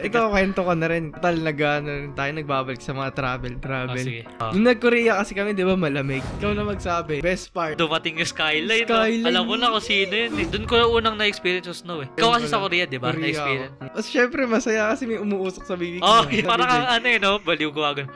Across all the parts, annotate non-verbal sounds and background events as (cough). Ikaw, kwento ko na rin. Tal, nag ano rin tayo, nagbabalik sa mga travel, travel. Ah, sige. Ah. Nung nag-Korea kasi kami, di ba, malamig. Ikaw na magsabi. Best part. Dumating yung skyline. no? Skyline. Alam mo na kung sino yun. eh. Doon ko yung unang na-experience yung snow eh. Ikaw kasi sa Korea, di ba? Korea Na-experience. ako. Mas syempre, masaya kasi may umuusok sa bibig. mo. Oh, (laughs) Sabi parang ko, kang ano eh, no? Baliw ko agad.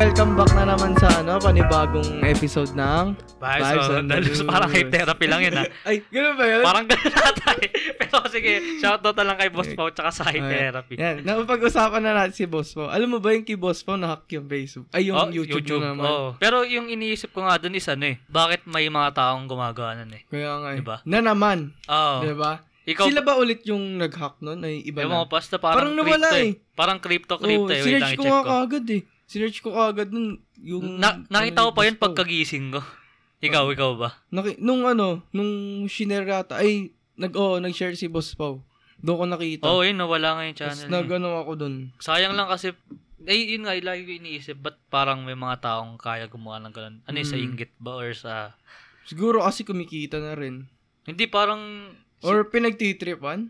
Welcome back na naman sa ano, panibagong episode ng... Vibes, Vibes oh, on the Dalus, (laughs) parang kay loose. therapy lang (laughs) yun ah. Ay, ganun ba yun? Parang ganun ata eh. (laughs) Pero sige, shoutout na lang kay Boss Pau tsaka sa high Ay, therapy. Yan, napag-usapan na natin si Boss Pao. Alam mo ba yung kay Boss Pao, nahack yung Facebook? Ay, yung Oh, YouTube, na naman. oh. Pero yung iniisip ko nga doon is ano eh, bakit may mga taong gumagawa nun eh. Kaya nga eh. Diba? Na naman. Oh, Diba? ikaw, Sila ba ulit yung nag-hack nun? Ay, iba yung na. mga pasta parang, Parang nawala crypto eh. Parang crypto, crypto eh. Wait lang, sinerge ko i-check nga ko. kaagad eh. Sinerge ko kaagad nun. Yung, Na, nakita ko ano, pa yun Boss Pao. pagkagising ko. Ikaw, Oh. ikaw ba? Naki, nung ano, nung shiner yata, ay, nag, oh, nag-share si Boss Pao. Doon ko nakita. Oo, oh, yun, nawala nga yung Tapos channel. Diba? nag niya. ano ako dun. Sayang lang kasi, eh, yun nga, lagi ko iniisip, ba't parang may mga taong kaya gumawa ng ganun? Ano yun, sa Hmm. inggit ba or sa... Siguro kasi kumikita na rin. Hindi, parang... Or pinagtitripan.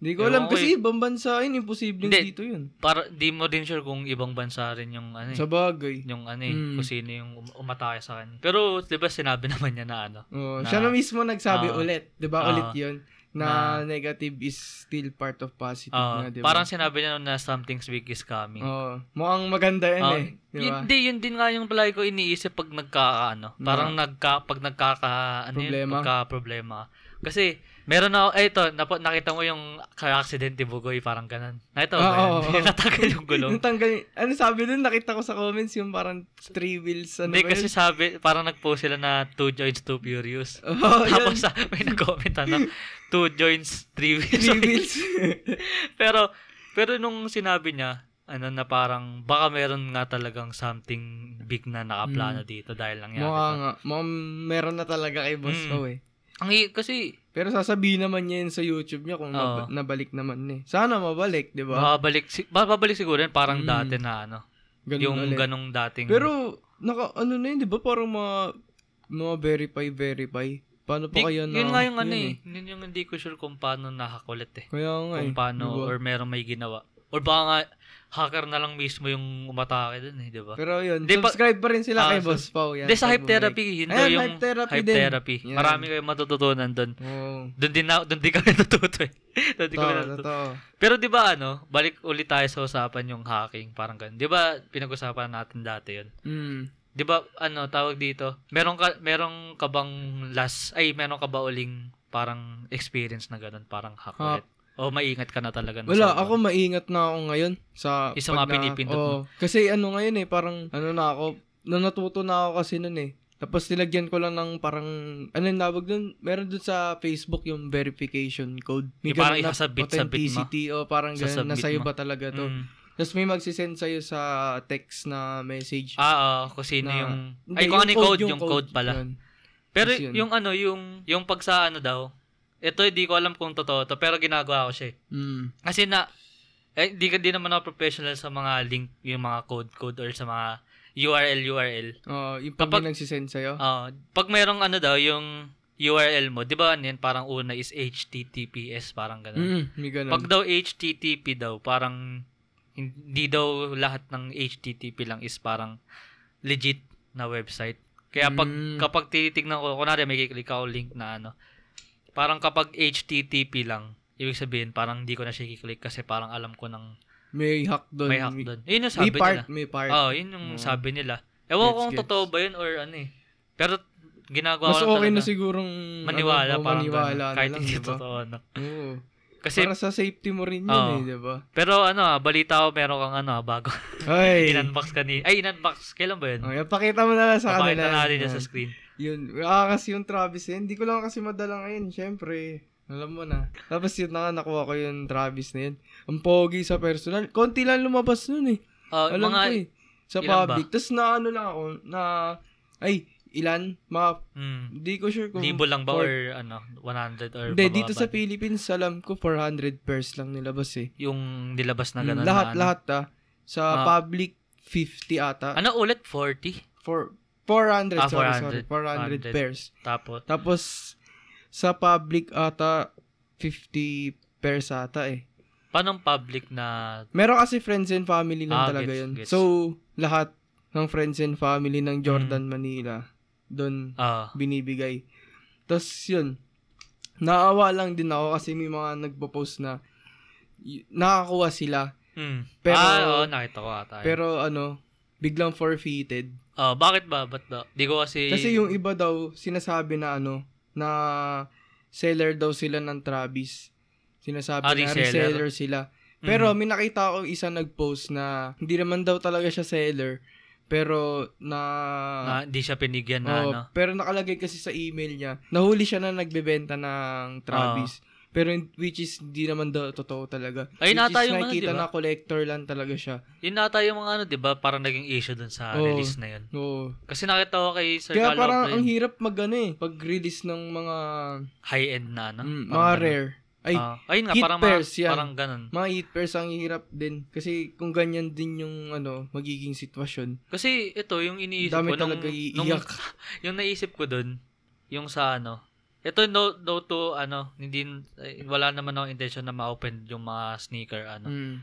Hindi ko Ewan alam ko eh. kasi ibang bansa yun, imposible Hindi. dito yun. Para, di mo din sure kung ibang bansa rin yung ano eh. Sa bagay. yung ano eh, Hmm. kung sino yung um- umatake sa kanya. Pero, di ba sinabi (laughs) naman niya na ano? Oh, Na- siya na mismo nagsabi Ah. ulit, 'di ba? Ah. ulit 'yun na, negative is still part of positive diba? Ah, na, 'di ba? parang sinabi niya na something's big is coming. Oh, mukhang maganda 'yan Ah, eh, 'di ba? Hindi, yun din nga yung palagi ko iniisip pag nagkakaano. Parang nagka, pag nagkaka, ano Problema? yun, pagka problema. Kasi, meron ako, eh ito, nap- nakita mo yung accident ni Bugoy, parang ganun. Nakita mo ba Ah, yan? oo, oo. (laughs) Natagal yung gulong. Yung tanggal, (laughs) ano sabi dun, nakita ko sa comments yung parang three wheels, ano Hindi, ba (laughs) kasi yun? sabi, parang nag-post sila na two joints, two furious. Oh, yun, (laughs) Tapos sa, may nag-comment na, two joints, three wheels. three wheels. (laughs) (laughs) pero, pero nung sinabi niya, ano na parang, baka meron nga talagang something big na nakaplano dito dahil nangyari. Mm. Mukha to. nga, mukhang meron na talaga kay Boss Mm. Pao eh. Ang i- kasi, Pero sasabihin naman niya yun sa YouTube niya kung nab- Oo. Ah, nabalik naman eh. Sana mabalik, di ba? Babalik, si- babalik siguro yun, parang Mm. dati na ano. Ganun yung ulit. ganong dating. Pero, naka, ano na yun, di ba? Parang mga, mga verify, verify. Paano Di- pa kaya na? yun nga yung ano yun eh. Yun yung hindi ko sure kung paano nakakulit eh. Kaya nga eh. Kung paano, di ba? or merong may ginawa. Or baka nga, hacker na lang mismo yung umatake dun eh, di ba? Pero yun, Di pa- subscribe pa rin sila Ah, kay so- Boss Pao. Yan, Hindi, pag sa hype bumalik. therapy, yun daw Ayan, yung hype therapy hype din. therapy. Yan. Marami kayong matututunan dun. Oo. Doon din, na, doon din kami (laughs) natuto eh. doon din kami Totoo, natuto. totoo. Pero di ba ano, balik ulit tayo sa usapan yung hacking, parang ganun. Di ba pinag-usapan natin dati yun? Mm. 'di ba ano tawag dito? Meron ka merong ka bang last ay meron ka ba uling parang experience na ganun, parang hack Hack. ulit? O maingat ka na talaga na Wala, sa- ako maingat na ako ngayon sa Isa pag nga pinipindot oo. Kasi ano ngayon eh, parang ano na ako, na natuto na ako kasi nun eh. Tapos nilagyan ko lang ng parang, ano yung tawag dun? Meron dun sa Facebook yung verification code. Yung parang ganun na isasabit-sabit mo. authenticity, o parang ganun, Sasabit nasa'yo mo. ba talaga to? Mm. Tapos may magsisend sa'yo sa text na message. Ah, ah, kung sino Na- yung Hindi, ay kung ano yung code, yung code, pala. yun. Pero Yes, yun. yung ano, yung yung pag sa ano daw. Ito hindi ko alam kung totoo to, pero ginagawa ko siya. eh. Mm. Kasi na eh di ka din naman ako professional sa mga link, yung mga code code or sa mga URL URL. Oo, yung pag Kapag- may nagsisend sa'yo. Ah, pag merong ano daw yung URL mo, 'di ba? ano yun, parang una is https parang ganun. Mm, may ganun. Pag daw http daw, parang hindi daw lahat ng http lang is parang legit na website. Kaya pag Mm. kapag tinitingnan ko, kunwari may kiklik ako link na ano, parang kapag http lang, ibig sabihin parang hindi ko na siya kiklik kasi parang alam ko ng may hack doon. may hack doon. Yun yung Mm. May sabi nila. Oh, part, may part. Oo, Ah, yun yung Oo. sabi nila. Ewan ko Gets, kung gets. totoo ba yun or ano eh. Pero ginagawa Mas ko lang okay talaga. na sigurong maniwala ano, oh, parang maniwala ganun, na kahit lang, hindi diba? totoo. No? Oo. Kasi, Para sa safety mo rin yun Oo. eh, di (laughs) ba? pero ano ah, balita ko meron kang ano ah, bago. Ay. (laughs) in-unbox ka ni... Ay, in-unbox. Kailan ba yun? Okay, pakita mo na lang sa kanila. Papakita natin yun sa Yan. screen. Yun. Ah, kasi yung Travis eh. Hindi ko lang kasi madala ngayon, syempre. Alam mo na. Tapos yun na nga, nakuha ko yung Travis na yun. Ang pogi sa personal. Konti lang lumabas nun eh. Ah, Alam mga... ko eh. Sa ilan ba? public. Tapos na ano lang ako, na... Ay, ilan? Mga, Mm, di ko sure kung... libo lang ba four- or ano, 100 or Hindi, pababa dito sa ba? Philippines, alam ko 400 pairs lang nilabas eh. Yung nilabas Mm, na gano'n. lahat, na, ano. lahat ah. Sa Ah. public, 50 ata. Ano ulit? 40? For, 400, Ah, sorry, sorry. 400 400. pairs. Tapos, Tapos, Sa public ata, 50 pairs ata eh. Paano ang public na Meron kasi friends and family lang Ah, talaga gets, yun. gets. So, lahat ng friends and family ng Mm. Jordan Manila, doon ah binibigay. Tapos yun, naawa lang din ako kasi may mga nagpo-post na y- nakakakuha sila. mm. Pero- ah, oo, nakita ko ata. Pero, Pero ano, biglang forfeited. Ah, bakit ba? Ba't ba? Di ko kasi... Kasi yung iba daw, sinasabi na ano, na seller daw sila ng Travis. Sinasabi na Ah, reseller. Mm-hmm. reseller sila. Pero may nakita akong isa nag-post na hindi naman daw talaga siya seller. Pero na... na hindi siya pinigyan na Oo, ano. Pero nakalagay kasi sa email niya, nahuli siya na nagbebenta ng Travis. Pero in- which is hindi naman daw totoo talaga. Ayun which ata is yung ano, nakikita di ba? na collector lang talaga siya. Yun ata yung mga ano, di ba? Parang naging issue dun sa Oo. release na yun. Oo. Kasi nakita ko kay Oh. Sir Kaya Carlo parang ang Obrey, hirap mag ano eh, pag-release ng mga high-end na ano. mm, Parang mga ganun. rare. Ay, Ah, ayun nga, Heat parang, pairs mga, yan. parang ganun. mga eat pairs ang hirap din. Kasi kung ganyan din yung ano, magiging sitwasyon. Kasi ito, yung iniisip Dami ko. nung- talaga nung- iiyak. (laughs) yung naisip ko dun, yung sa ano, ito no, no to, ano, hindi, eh, wala naman akong intention na ma-open yung mga sneaker, ano. Mm.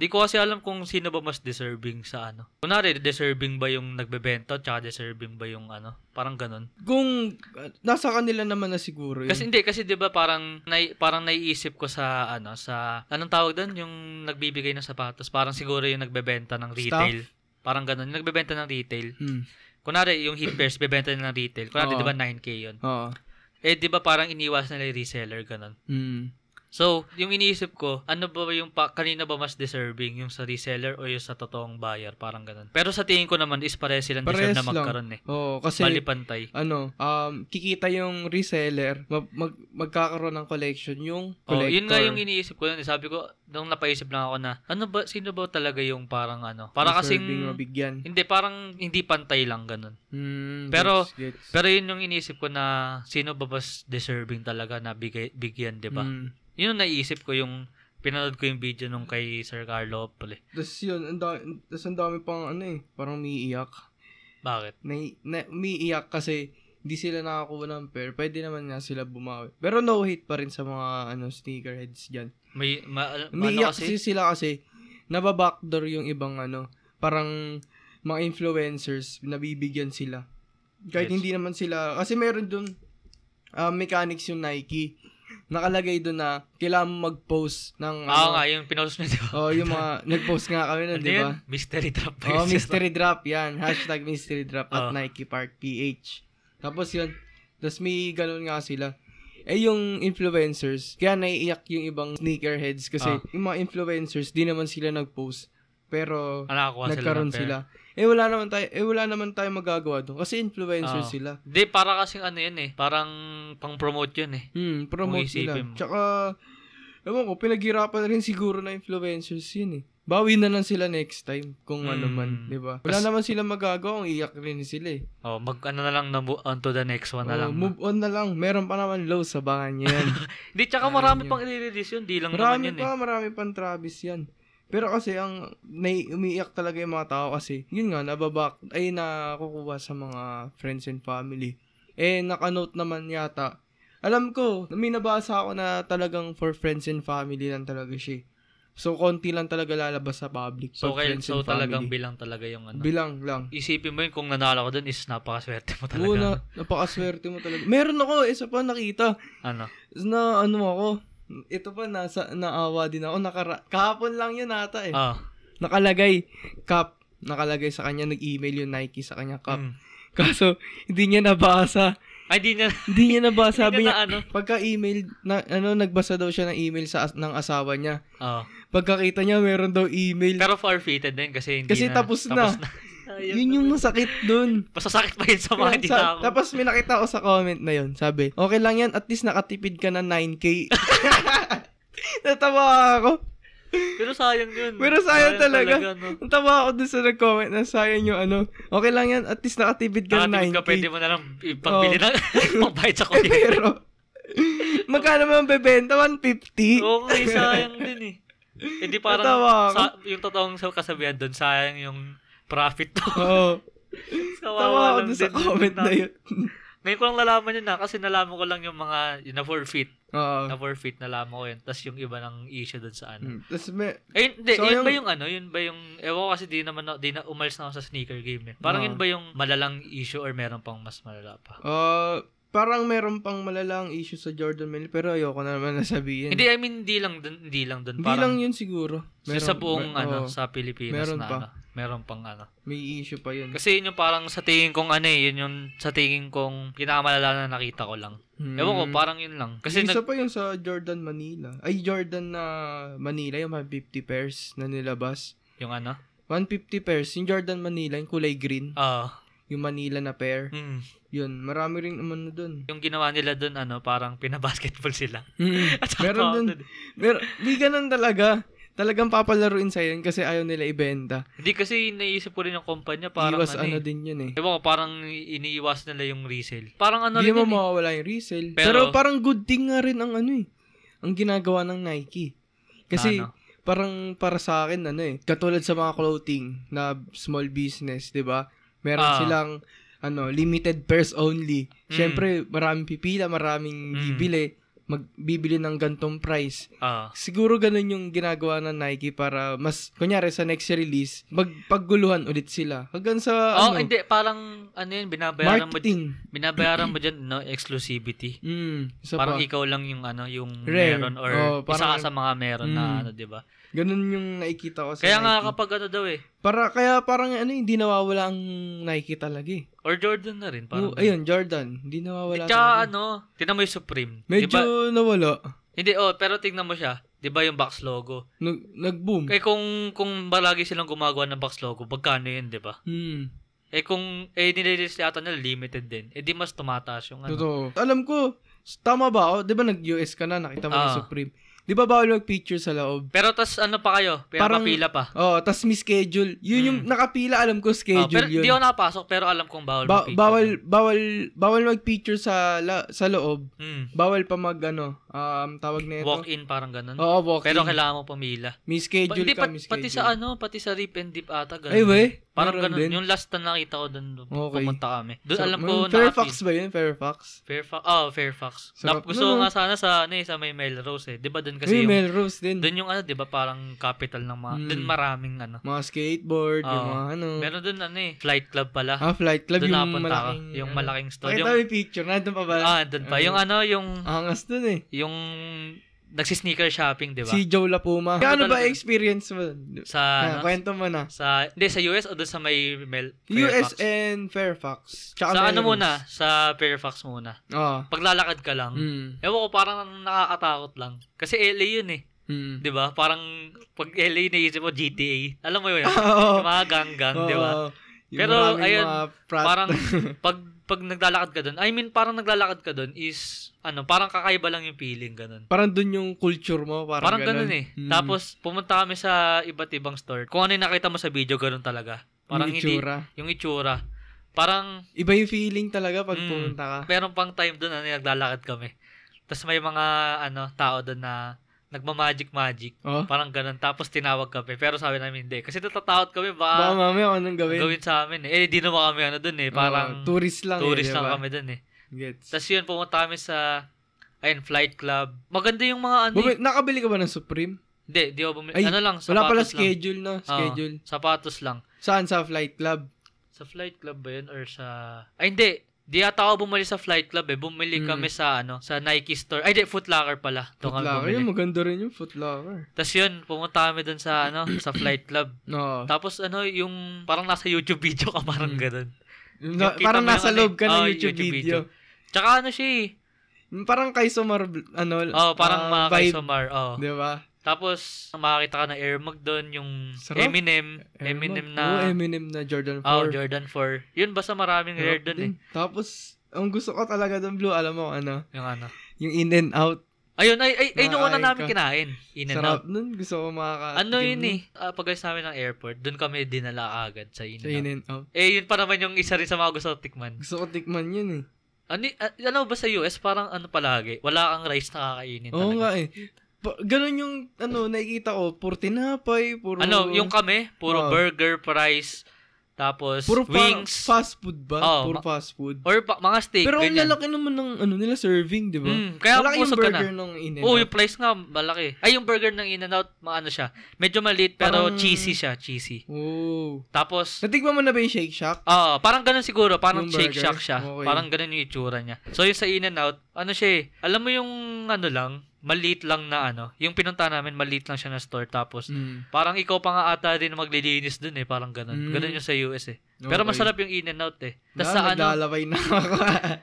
Di ko kasi alam kung sino ba mas deserving sa ano. Kunwari, deserving ba yung nagbebenta, tsaka deserving ba yung ano, parang ganun. Kung uh, nasa kanila naman na siguro yun. Kasi hindi kasi 'di ba parang nai, parang naiisip ko sa ano sa anong tawag doon yung nagbibigay ng sapatos parang siguro yung nagbebenta ng retail. Parang ganun, yung nagbebenta ng retail. Mm. Kunwari yung hit pairs bebenta nila ng retail. Oo. Kunwari 'di ba 9k 'yon. Oo. Eh 'di ba parang iniwas nila yung reseller ganun. Mm. So, yung iniisip ko, ano ba yung pa, kanina ba mas deserving yung sa reseller o yung sa totoong buyer, parang ganun. Pero sa tingin ko naman is pareho silang Parehas deserve na lang. magkaroon eh. Oo, kasi Bali pantay. ano, um, kikita yung reseller, mag, mag, magkakaroon ng collection yung Oh, collector. yun nga yung iniisip ko nun. eh. Sabi ko, nung napaisip lang ako na, ano ba, sino ba talaga yung parang ano? Para Deserving kasing, mabigyan. hindi, parang hindi pantay lang ganun. Mm, Pero- gets, gets. Pero yun yung iniisip ko na, sino ba mas deserving talaga na bigay, bigyan, di ba? Mm. Yun yung naisip ko yung, pinanood ko yung video nung kay Sir Carlo Opel eh. Tapos yun, ang dami, tas ang dami pang ano eh, parang umiiyak. Bakit? Na, na, umiiyak kasi hindi sila nakakuha ng pair. Pwede naman nga sila bumawi. Pero no hate pa rin sa mga ano sneakerheads dyan. May, ma, ano Umiiyak kasi? kasi sila kasi nababackdoor yung ibang ano, parang mga influencers, nabibigyan sila. Kahit Yes. hindi naman sila, kasi meron dun ah, mechanics yung Nike. Nakalagay dun na kailangan mo mag-post ng Oo nga, ano, yung pinost na, di ba? oh, yung mga, nag-post nga kami nun, Ah, Ano di yun? ba? Mystery trap ba Oh, yun? mystery drop yan. Hashtag mystery drop at Oh. Nike Park PH. Tapos yun. Tapos may ganun nga sila. Eh, yung influencers, kaya naiiyak yung ibang sneakerheads kasi Ah. yung mga influencers, di naman sila nag-post. Pero, Ah, nakakuha sila ng nagkaroon pera. sila. Eh, wala naman tayo, eh, wala naman tayo magagawa doon kasi influencers Oo. sila. Hindi, para kasing ano yun eh. Parang pang-promote yun eh. Hmm, promote Kung isipin nila. mo. Tsaka, ewan ko, pinaghirapan rin siguro na influencers yun eh. Bawi na lang sila next time kung ano Hmm. man, di ba? Wala Kas- naman sila magagawa kung iyak rin sila eh. Oh, mag ano na lang na mo- on to the next one na Oo, lang. Oh, ah. move on na lang. Meron pa naman low sa bangan (laughs) yan. Hindi, tsaka Ayun marami yun. pang i-release yun. Di lang marami naman yun eh. pa, marami pang Travis yan. Pero kasi ang nai umiiyak talaga yung mga tao kasi yun nga nababak ay nakukuha sa mga friends and family. Eh nakanote naman yata. Alam ko, may nabasa ako na talagang for friends and family lang talaga siya. eh. So konti lang talaga lalabas sa public. eh. So, for kaya, friends so and family. talagang bilang talaga yung ano. bilang lang. Isipin mo yun, kung nanalo ko dun is napakaswerte mo talaga. Oo, na, napakaswerte mo talaga. Meron ako, isa pa nakita. ano? na ano ako, ito pa nasa naawa din ako nakara kahapon lang yun ata eh. Ah. Nakalagay cup, nakalagay sa kanya nag-email yung Nike sa kanya cup. mm. Kaso hindi niya nabasa. Ay, di (laughs) na. Hindi niya nabasa Hindi sabi na niya. ano. Pagka-email na ano nagbasa daw siya ng email sa as- ng asawa niya. Oh. Pagkakita niya meron daw email. Pero forfeited din kasi hindi Kasi na. tapos na. Ayun. Yun yung masakit dun. Masasakit pa yun sa mga Kaya hindi sa- na ako. Tapos may nakita ko sa comment na yun. Sabi, okay lang yan, at least nakatipid ka na 9K. (laughs) Natawa ako. Pero sayang yun. Pero sayang talaga. no? Ang tawa ako dun sa nag-comment na sayang yung ano. Okay lang yan, at least nakatipid ka na Nakatingin 9K. ka, pwede mo na (laughs) lang ipagbili Oo. ng pambayad sa (laughs) Eh, kuya. (laughs) pero, magkano man bebenta? 150? Oo, nga, eh, sayang din eh. Hindi parang Natawa ako. sa, yung totoong sa kasabihan doon, sayang yung profit to. Oo. (laughs) Kawawa Oh. Tawa ako lang dun sa din. comment na yun. (laughs) Ngayon ko lang nalaman yun na kasi nalaman ko lang yung mga yung na forfeit. Oo. Na forfeit nalaman ko yun. Tapos yung iba ng issue doon sa ano. Mm. Tapos may, Eh, hindi. So, yun yung- ba yung ano? Yun ba yung... Ewan ko kasi di naman ako- di na umalis na ako sa sneaker game eh. Parang Ah. yun ba yung malalang issue or meron pang mas malala pa? ah, parang meron pang malalang issue sa Jordan Mill, pero ayoko na naman nasabihin. Hindi, I mean, hindi lang dun. Hindi lang dun. Hindi Parang lang yun siguro. sa- sa buong mer- ano, oo, sa Pilipinas Meron na pa. ano. Meron pang ano. may issue pa yun. Kasi yun yung parang sa tingin kong ano eh, yun yung sa tingin kong pinakamalala na nakita ko lang. Hmm. Ewan ko, parang yun lang. Yung Kasi nag, isa pa yung sa Jordan Manila. Ay, Jordan na Manila, yung 150 pairs na nilabas. yung ano? 150 pairs. Yung Jordan Manila, yung kulay green. Ah, Yung Manila na pair. mm. Yun, marami rin naman na dun. Yung ginawa nila dun, ano, parang pinabasketball sila. (laughs) At saka Meron ako dun. dun. Mer di ganun talaga. Talagang papalaruin sa yun kasi ayaw nila ibenta. Hindi kasi naisip ko rin yung kumpanya, parang Iwas ano, ano, eh. din yun eh. Ewan ko, parang iniiwas nila yung resale. Parang ano Hindi rin mo yun eh. mawawala yung resale. Pero, Pero- parang good thing nga rin ang ano eh. Ang ginagawa ng Nike. Kasi Ano? parang para sa akin ano eh. Katulad sa mga clothing na small business, 'di ba? Meron Ah. silang ano, limited pairs only. Mm. Siyempre, maraming pipila, maraming Mm. bibili, magbibili ng gantong price. Ah, Siguro ganun yung ginagawa ng Nike para mas, kunyari sa next release, magpagguluhan ulit sila. Hanggang sa, oh, ano, hindi, parang ano yun, binabayaran marketing. mo, binabayaran mo dyan, no, exclusivity. Mm, isa parang pa. ikaw lang yung ano, yung Rare. meron or Oh, isa parang- ka sa mga meron na Mm. ano, di ba? ganun yung nakikita ko sa Kaya nga Nike. kapag ano daw eh, para, kaya parang ano, hindi nawawala ang Nike talaga eh. or Jordan na rin, parang. Oo, ayun, Jordan. Hindi nawawala talaga. Tsaka ano, tingnan mo yung Supreme. Di Medyo ba? nawala. Hindi, oh, pero tingnan mo siya. Di ba yung box logo? Nag- nag-boom. Eh kung, kung malagi silang gumagawa ng box logo, pagkano yun, di ba? Hmm, Eh kung, eh nililis yata nila limited din. Eh di mas tumataas yung ano. totoo. Alam ko, tama ba ako? Di ba nag-US ka na, nakita mo yung Ah. Supreme. Di ba bawal mag-picture sa loob? Pero tas ano pa kayo? Pero Parang- papila pa. Oh, tas mi-schedule. Yun yung nakapila, alam ko schedule Hmm. Ah, pero yun. di ako nakapasok, pero alam kong bawal Ba- mag-picture. bawal bawal bawal mag-picture sa la- sa loob. Hmm. Bawal pa mag ano, um tawag na ito. Walk-in parang ganun. Oo, walk Pero kailangan mo pumila. may Pa- schedule hindi, ka, pat- may schedule. pati sa ano, pati sa rip and dip ata ganun. Ay, we. Parang meron ganun. din. Yung last na nakita ko doon, Okay. pumunta kami. Doon Sarap alam ko nun. na Fairfax ba yun? Fairfax? Fairfax. Oh, Fairfax. Sarap Nap, gusto nun, ko ah. nga sana sa, ano, eh, sa may Melrose eh. Di ba doon kasi Kasi yung, Melrose din. doon yung ano, di ba parang capital ng mga, Hmm. doon maraming ano. Mga skateboard, yung Oo. mga ano. Meron doon ano eh, flight club pala. ah, flight club doon yung napunta ako. malaking. Yung ano. malaking store. Pakita Yung, mo yung picture. Nandun pa ba? ah, doon pa. Yung ano, yung, Angas dun eh. yung, nagsisneaker shopping, di ba? Si Joe Lapuma. Yung ano ba Diba? talaga. experience mo? sa, Ah, ano, kwento mo na. sa, hindi, sa US o doon sa may Mel, US Fairfax? and Fairfax. Tsaka Sa ano Melrose. Ah. muna, sa Fairfax muna. Oo. Paglalakad ka lang. Mm. Ewan ko, parang nakakatakot lang. Kasi LA yun eh. Mm. (laughs) 'Di ba? Parang pag LA naisip mo, GTA. Alam mo (laughs) yun? Oo. yung mga gang-gang, di ba? Oo. Yung Pero, maraming ayun, mga prat- Parang pag pag naglalakad ka doon, I mean parang naglalakad ka doon is ano, parang kakaiba lang yung feeling ganun. (laughs) parang dun yung culture mo. Parang, Parang, ganun. eh. Mm. Tapos pumunta kami sa iba't ibang store. Kung ano yung nakita mo sa video, ganun talaga. Parang yung hindi itsura. yung itsura. Parang Iba yung feeling talaga pag Mm. pumunta ka. meron pang time doon ano, naglalakad kami. Tapos may mga ano, tao doon na nagma-magic magic. Oh. Parang ganun. Tapos tinawag kami. Pero sabi namin hindi. Kasi natatakot kami. Baka Baka, mamaya kung anong gawin. Ah, gawin sa amin. Eh, Eh, di naman kami ano dun Oo, eh. Parang tourist lang tourist eh, lang diba? kami dun eh. Gets. Tapos yun, pumunta kami sa ayun, flight club. Maganda yung mga ano eh. Bumi- nakabili ka ba ng Supreme? Hindi, di ako bumili. Ay, ano lang, Wala pala sapatos lang. Ah. schedule, no? Oo, Schedule. sapatos lang. Saan? Sa flight club? Sa flight club ba yun? Or sa... Ay, hindi. Di ata ako bumili sa flight club eh. Bumili Mm. kami sa ano, sa Nike store. Ay, di, Foot Locker pala. Doon kami Footlocker. bumili. Yun, maganda rin yung footlocker. Tapos yun, pumunta kami dun sa ano, sa flight club. No. Tapos ano, yung parang nasa YouTube video ka, parang Mm. ganun. Na- kita parang mo yung nasa ano eh. loob ka ng Oo, YouTube, YouTube video. Tsaka ano siya eh. Parang kay Sumar, ano, Oh, parang ah, mga kay vibe, Somar. Oh. Di ba? Tapos, makakita ka ng Air Mag doon, yung Sarap. Eminem. Air Eminem Mag. na... Oo, Eminem na Jordan 4. Oh, Jordan 4. Yun, basta maraming Sarap rare doon eh. din. Tapos, ang gusto ko talaga ng Blue, alam mo, ano, Yung ano. yung in and out. Ayun, ay, ay, ay, yung una Nakakain namin ka. kinain. In and out. Sarap nun. Gusto ko makaka... Ano yun eh, uh, pag alis namin ng airport, doon kami dinala agad sa in Sa in and and out. out. Eh, yun pa naman yung isa rin sa mga gusto ko tikman. Gusto ko tikman yun eh. Ano, ah, ano ba sa US, parang ano palagi, wala kang rice na kakainin Oo talaga. nga eh. Pa- ganun yung, ano, nakikita ko, puro tinapay, puro... Ano, yung kame, Oo. puro burger, fries, Tapos Puro pa- wings fast food ba? Oo, Puro ma- fast food. or pa- mga steak Pero ang ganyan. lalaki naman ng ano nila serving, 'di ba? Mm, kaya malaki yung pusog ka burger na. ng in Oo, yung price nga malaki. Ay, yung burger ng In-N-Out, maano siya. Medyo maliit pero Parang- cheesy siya, cheesy. Oh. Tapos Natikman mo na ba yung Shake Shack? Ah, parang ganun siguro, parang Yung Shake burger? Shack siya. Okay. Parang ganun yung itsura niya. So yung sa In and Out, ano siya eh, alam mo yung ano lang, maliit lang na ano, yung pinunta namin maliit lang siya na store tapos Mm. parang ikaw pa nga ata din ang maglilinis dun eh, parang ganun. Mm. Ganun yung sa US eh. Pero masarap yung In and Out eh. Tapos sa ano, Naglalaway na ako. (laughs)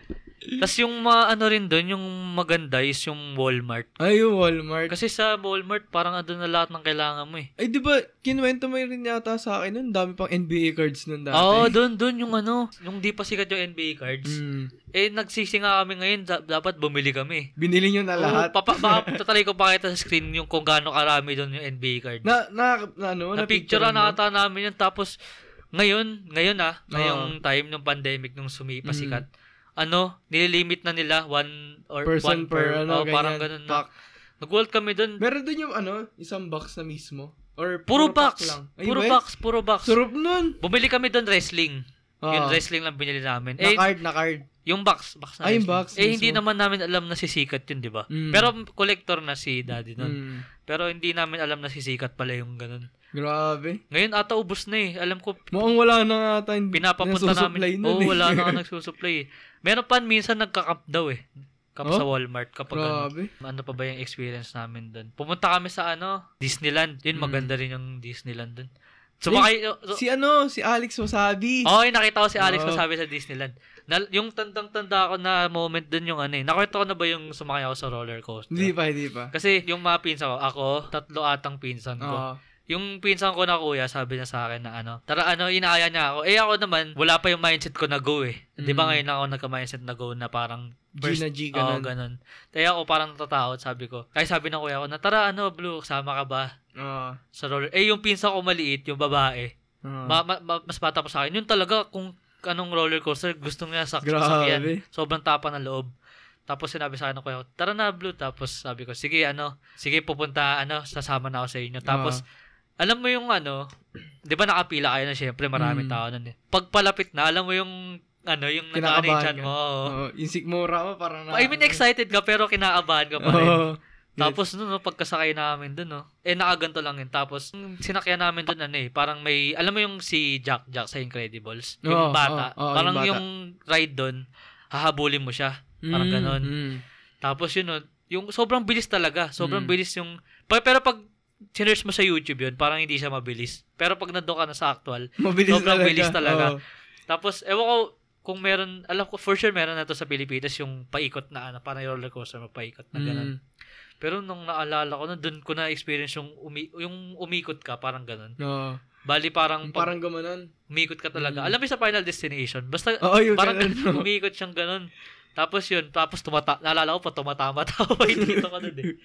tas yung mga ano rin dun, yung maganda is yung Walmart. Ay, yung Walmart. Kasi sa Walmart, parang andun na lahat ng kailangan mo eh. Ay, di ba, kinuwento mo rin yata sa akin nun, dami pang NBA cards nun dati. Oo, dun, dun yung ano, yung di pa sikat yung NBA cards. Mm. Eh, nagsisinga kami ngayon, da- dapat bumili kami. Binili nyo na lahat. Oo, papa, baka (laughs) tatry ko pakita sa screen yung kung gaano karami doon yung NBA card. Na, na, na, na, ano, na, picture na ata namin yun. Tapos, ngayon, ngayon ah, ngayong time ng pandemic nung Mm. sumipas sikat, ano, nililimit na nila one or person one per, ano, oh, ganyan, parang ganun na. pack. Nag-world kami doon. Meron din yung, ano, isang box na mismo. Or, Puro pack box. lang. Ay, Puro weh, box, puro box. Sarap nun. Bumili kami doon wrestling. Ah, Yung wrestling lang binili namin. na Eh, card, na card. yung box, box na Ah, yung wrestling. box Eh, hindi mismo. naman namin alam na sisikat yun, di ba? Mm. Pero collector na si daddy nun. Mm. Pero hindi namin alam na sisikat pala yung ganun. Grabe. Ngayon ata ubos na eh. Alam ko Mukhang wala na nga tayo. pinapapunta namin. Nun, Oo, eh. wala na (laughs) ako nagsusupply eh. Meron pa minsan nagka-camp daw eh. Camp Oh? sa Walmart kapag ano, Grabe. ano pa ba yung experience namin doon. Pumunta kami sa ano, Disneyland. Yun, Mm. maganda rin yung Disneyland doon. Sumakay, so, Ah. Si ano, si Alex Wasabi. Oo, yung oh, nakita ko si Alex Oo. kasabi sa Disneyland. Na, yung tandang-tanda ko na moment doon yung ano eh. Nakwento ko na ba yung sumakay ako sa roller coaster? Hindi pa, hindi pa. Kasi yung mga pinsan ko, ako, tatlo atang pinsan ko. Oo. Yung pinsan ko na kuya, sabi niya sa akin na ano, tara ano, inaaya niya ako. Eh ako naman, wala pa yung mindset ko na go eh. Di ba Mm. ngayon ako nagka-mindset na go na parang G na G, ganun. Oo, oh, ganun. Kaya ako parang natatakot, sabi ko. Kaya sabi ng kuya ko na, tara ano, Blue, sama ka ba? Oo. Sa roller. Eh yung pinsan ko maliit, yung babae. Oo. Ma- ma- ma- mas bata pa sa akin. Yun talaga, kung anong roller coaster, gusto niya sak- Grabe. sakyan. Sobrang tapa ng loob. Tapos sinabi sa akin ng kuya ko, tara na, Blue. Tapos sabi ko, sige, ano, sige, pupunta, ano, sasama na ako sa inyo. Tapos, Ah. alam mo yung ano, 'di ba nakapila kayo na syempre maraming Mm. tao nun eh. Pagpalapit na, alam mo yung ano, yung nagkano yung Kinakabahan chan ka. mo. oo. Oo, Ah, yung sigmura mo parang na... Oh, I mean, excited ka pero kinakabahan ka pa rin. Oo. Tapos nun, no, pagkasakay namin dun, no, eh nakaganto lang yun. Tapos, yung sinakyan namin dun, ano eh, parang may, alam mo yung si Jack, Jack sa Incredibles, Oo, yung bata, oo, oo, parang yung bata. yung ride dun, hahabulin mo siya. Parang Mm, ganun. mm. Tapos yun, no, yung sobrang bilis talaga, sobrang Mm. bilis yung, pa- pero pag sinerge mo sa YouTube yun, parang hindi siya mabilis. Pero pag nandoon ka na sa actual, Mabilis Sobrang talaga. bilis talaga. Oo. tapos, ewan ko, kung meron, alam ko, for sure meron na to sa Pilipinas, yung paikot na, ano, parang roller coaster, paikot na ganun. Mm. Pero nung naalala ko na doon ko na experience yung umi- yung umikot ka parang ganun. Oo. Bali parang pag Parang gumanon. umikot ka talaga. Mm. Alam mo sa Final Destination, basta Oo, yung parang ganun. no? umikot siyang ganun. Tapos yun, tapos tumata, naalala ko pa tumatama (laughs) tao pa yung dito ka doon eh.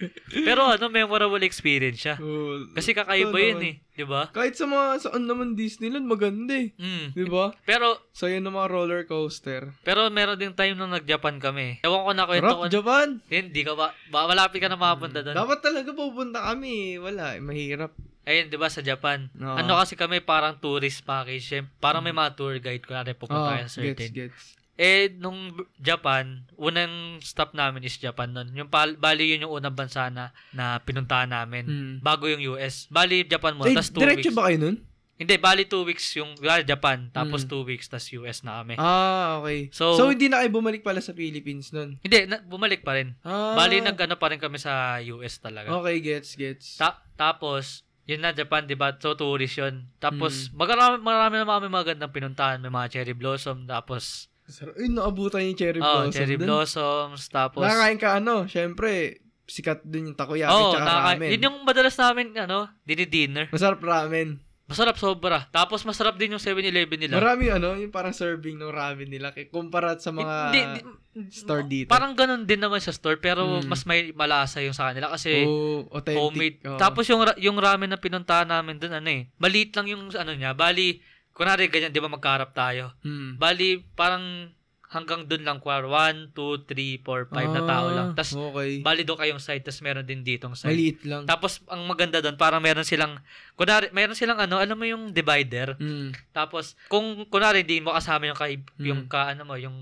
Pero ano, memorable experience siya. (laughs) Oo. Kasi kakaiba Totoo yun naman. eh, 'di ba? Kahit sa mga saan naman Disneyland, maganda eh. Mm. Di ba? Pero So, yan ang mga roller coaster. pero meron ding time nung nag-Japan kami. Ewan ko na kwento ko. Rock Japan! Hindi ka ba, ba malapit ka na mapunta doon. Dapat talaga pupunta kami. eh. Wala, eh, mahirap. Ayun, 'di ba sa Japan? Oo. Mm. Ano kasi kami parang tourist package. syem- Parang may mga tour guide ko Oo, natin pupunta kayo sa certain. gets, gets. Eh, nung B- Japan, unang stop namin is Japan nun. Yung pal- bali yun yung unang bansa na, na pinuntahan namin. Mm. Bago yung US. Bali Japan muna, Eh, tapos Hmm. two diretso weeks. ba kayo nun? Hindi, bali two weeks yung bali Japan, tapos Mm. two weeks, tapos US na kami. Ah, okay. Eh. So- So, hindi na kayo bumalik pala sa Philippines nun. Hindi, na- bumalik pa rin. Ah, Bali nag-ano pa rin kami sa US talaga. Okay, gets, gets. Ta- tapos, yun na Japan, di ba? So, tourist yun. Mm. Tapos, marami, marami naman kami magandang pinuntahan. May mga cherry blossom, tapos, Sarap. Ay, naabutan yung cherry oh, blossom. cherry dun. blossoms, tapos, Nakakain ka ano, syempre, sikat din yung takoyaki oh, ah, tsaka nakaka- ramen. yun yung madalas namin, ano, dinidinner. Masarap ramen. Masarap sobra. Tapos, masarap din yung 7-Eleven nila. Marami yung ano, yung parang serving ng ramen nila k- kumpara sa mga Hindi, di- store dito. Parang ganun din naman sa store, pero Mm. mas may malasa yung sa kanila kasi oh, authentic. homemade. oh. Tapos yung ra- yung ramen na pinuntahan namin doon, ano eh, maliit lang yung ano niya. Bali, kunwari ganyan, di ba magkaharap tayo. Hmm. Bali, parang hanggang dun lang choir. 1, 2, 3, 4, 5 na tao lang. Tapos, Ah, okay. balido kayong side, tapos meron din ditong side. Maliit lang. Tapos, ang maganda doon, parang meron silang, kunwari, meron silang ano, alam mo yung divider. Mm. Tapos, kung kunwari, hindi mo kasama yung, kaib, Mm. yung ka, ano mo, yung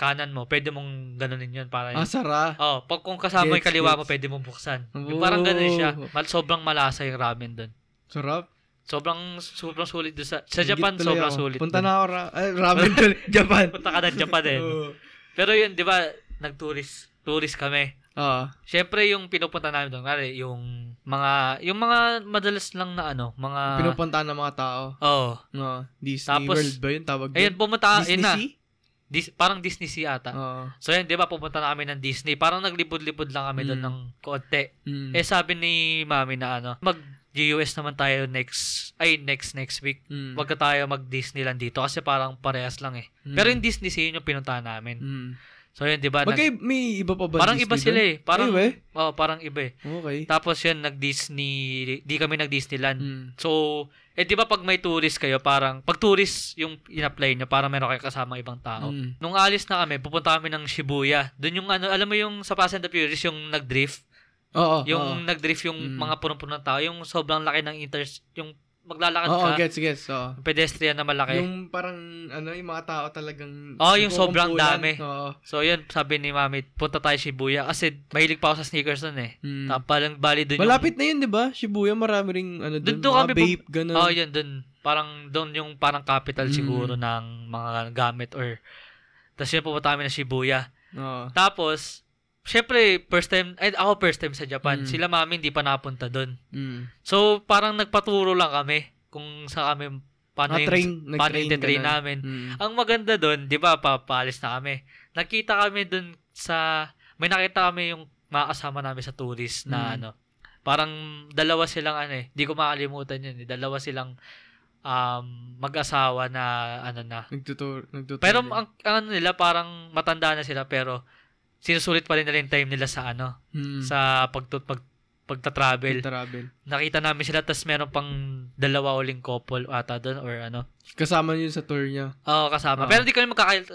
kanan mo, pwede mong ganunin yun. Para Ah, sara. Oh, pag kung kasama yung Gets, kaliwa gets. mo, pwede mong buksan. Oh. Yung parang ganun siya. Mal, sobrang malasa yung ramen doon. Sarap. Sobrang, sobrang sulit doon sa, sa Ingit Japan, tuloy sobrang ako. sulit. Punta dun. na ako ra- ay, ramen (laughs) tuloy. Japan. Punta ka ng Japan eh. no? Oo. Pero yun, di ba, nag-tourist, tourist kami. Ah. Siyempre, yung pinupunta namin doon, kunwari, yung mga, yung mga madalas lang na ano, mga, Pinupuntahan ng mga tao. oh, No, Disney Tapos, World ba yun tawag Ayun, pumunta, Disney yun na. Sea? Ah. Dis- parang Disney Sea ata. Oo. So yun, di ba, pumunta na kami ng Disney. Parang naglipod-lipod lang kami Mm. doon ng konti. Mm. Eh, sabi ni mami na ano, mag US naman tayo next, ay, next, next week. Mm. Wag ka tayo mag Disneyland dito kasi parang parehas lang eh. Mm. Pero yung Disney Sea yun yung pinuntahan namin. Mm. So yun, di ba? nag- Bagay, may iba pa ba parang Disney iba sila eh. doon? Parang, Ayun, eh. oh, parang iba eh. Okay. Tapos yun, nag-Disney, di kami nag-Disneyland. Mm. So, eh di ba pag may tourist kayo, parang, pag tourist yung in-apply nyo, parang meron kayo kasama ibang tao. Mm. Nung alis na kami, pupunta kami ng Shibuya. Doon yung ano, alam mo yung sa Fast and the Furious, yung nag-drift. Oo. Yung oo. nag-drift yung Mm. mga punong-puno ng tao. Yung sobrang laki ng inters, yung maglalakad Oo, ka, gets, gets. oo. yung pedestrian na malaki. Yung parang, ano, yung mga tao talagang... Oo, yung sobrang nagkukumpulan. dami. Oo. So, yun, sabi ni Mami, punta tayo Shibuya. Kasi mahilig pa ako sa sneakers nun eh. Mm. Mm. Parang bali doon Malapit na yun, di ba? Shibuya, marami ring ano Doon doon. to mga kami pu- vape, ganun. Oh, yun dun. Parang doon yung parang capital Mm. siguro ng mga gamit or tapos yun pupunta kami ng Shibuya. Oo. Tapos, syempre, first time, ay ako first time sa Japan. Mm. Sila mami hindi pa napunta doon. Mm. So, parang nagpaturo lang kami kung sa kami, paano yung, Nakatrain, paano nag-train, yung train ganun. namin. Mm. Ang maganda doon, di ba, papaalis na kami. Nakita kami doon sa, may nakita kami yung makasama namin sa tourist na Mm. ano, parang dalawa silang ano eh, di ko makalimutan yun eh, dalawa silang um, mag-asawa na ano na. Nagtutur, nagtutur. Pero ang, ang ano nila, parang matanda na sila pero sinusulit pa rin nila yung time nila sa ano, mm. sa pagtut pag, pagta-travel. travel. Nakita namin sila tas meron pang dalawa uling couple ata doon or ano. Kasama yun sa tour niya. Oo, kasama. Oo. Pero hindi kami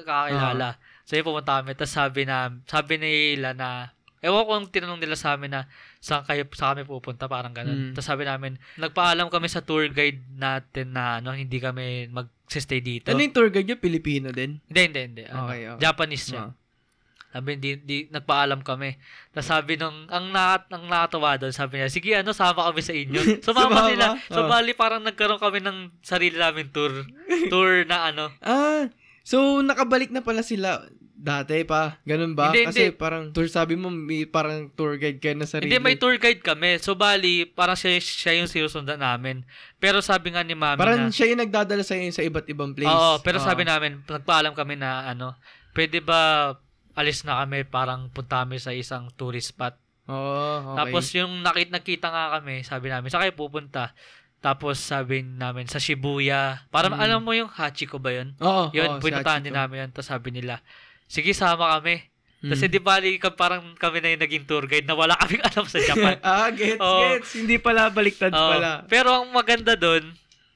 magkakakilala. So, yun, pumunta kami. Tapos sabi na, sabi nila na, ewan ko kung tinanong nila sa amin na, saan kayo, sa kami pupunta, parang Mm. ganun. Tapos sabi namin, nagpaalam kami sa tour guide natin na, ano, hindi kami mag-stay dito. Ano yung tour guide niya? Pilipino din? Hindi, hindi, hindi. Ano, Okay, okay. Japanese siya. Ah. Sabi, di, di, nagpaalam kami. Tapos sabi nung, ang, na, ang nakatawa doon, sabi niya, sige ano, sama kami sa (laughs) inyo. Sumama? Sumama sila. So, Oh. bali, parang nagkaroon kami ng sarili namin tour. Tour na ano, Ah, so nakabalik na pala sila dati pa. Ganun ba? Hindi, Kasi hindi. parang tour sabi mo may parang tour guide kayo na sarili. Hindi, may tour guide kami. So, bali, parang siya, siya yung sinusundan namin. Pero sabi nga ni mami Parang na... siya yung nagdadala sa sa iba't ibang place. Oo, pero sabi namin, nagpaalam kami na ano, pwede ba alis na kami, parang punta kami sa isang tourist spot. Oo, okay. Tapos yung nakit nakita nga kami, sabi namin, sa kayo pupunta. Tapos sabi namin, sa Shibuya. Para Mm. alam mo yung Hachiko ba yun? Oo, oo, Yun, pinuntahan si din Hachiko. namin yun. Tapos sabi nila, sige, sama kami. Mm. Tapos di bali, ka- parang kami na yung naging tour guide na wala kaming (laughs) alam sa Japan. (laughs) ah, gets, Oo. gets. Hindi pala baliktad Oo. pala. Pero ang maganda doon,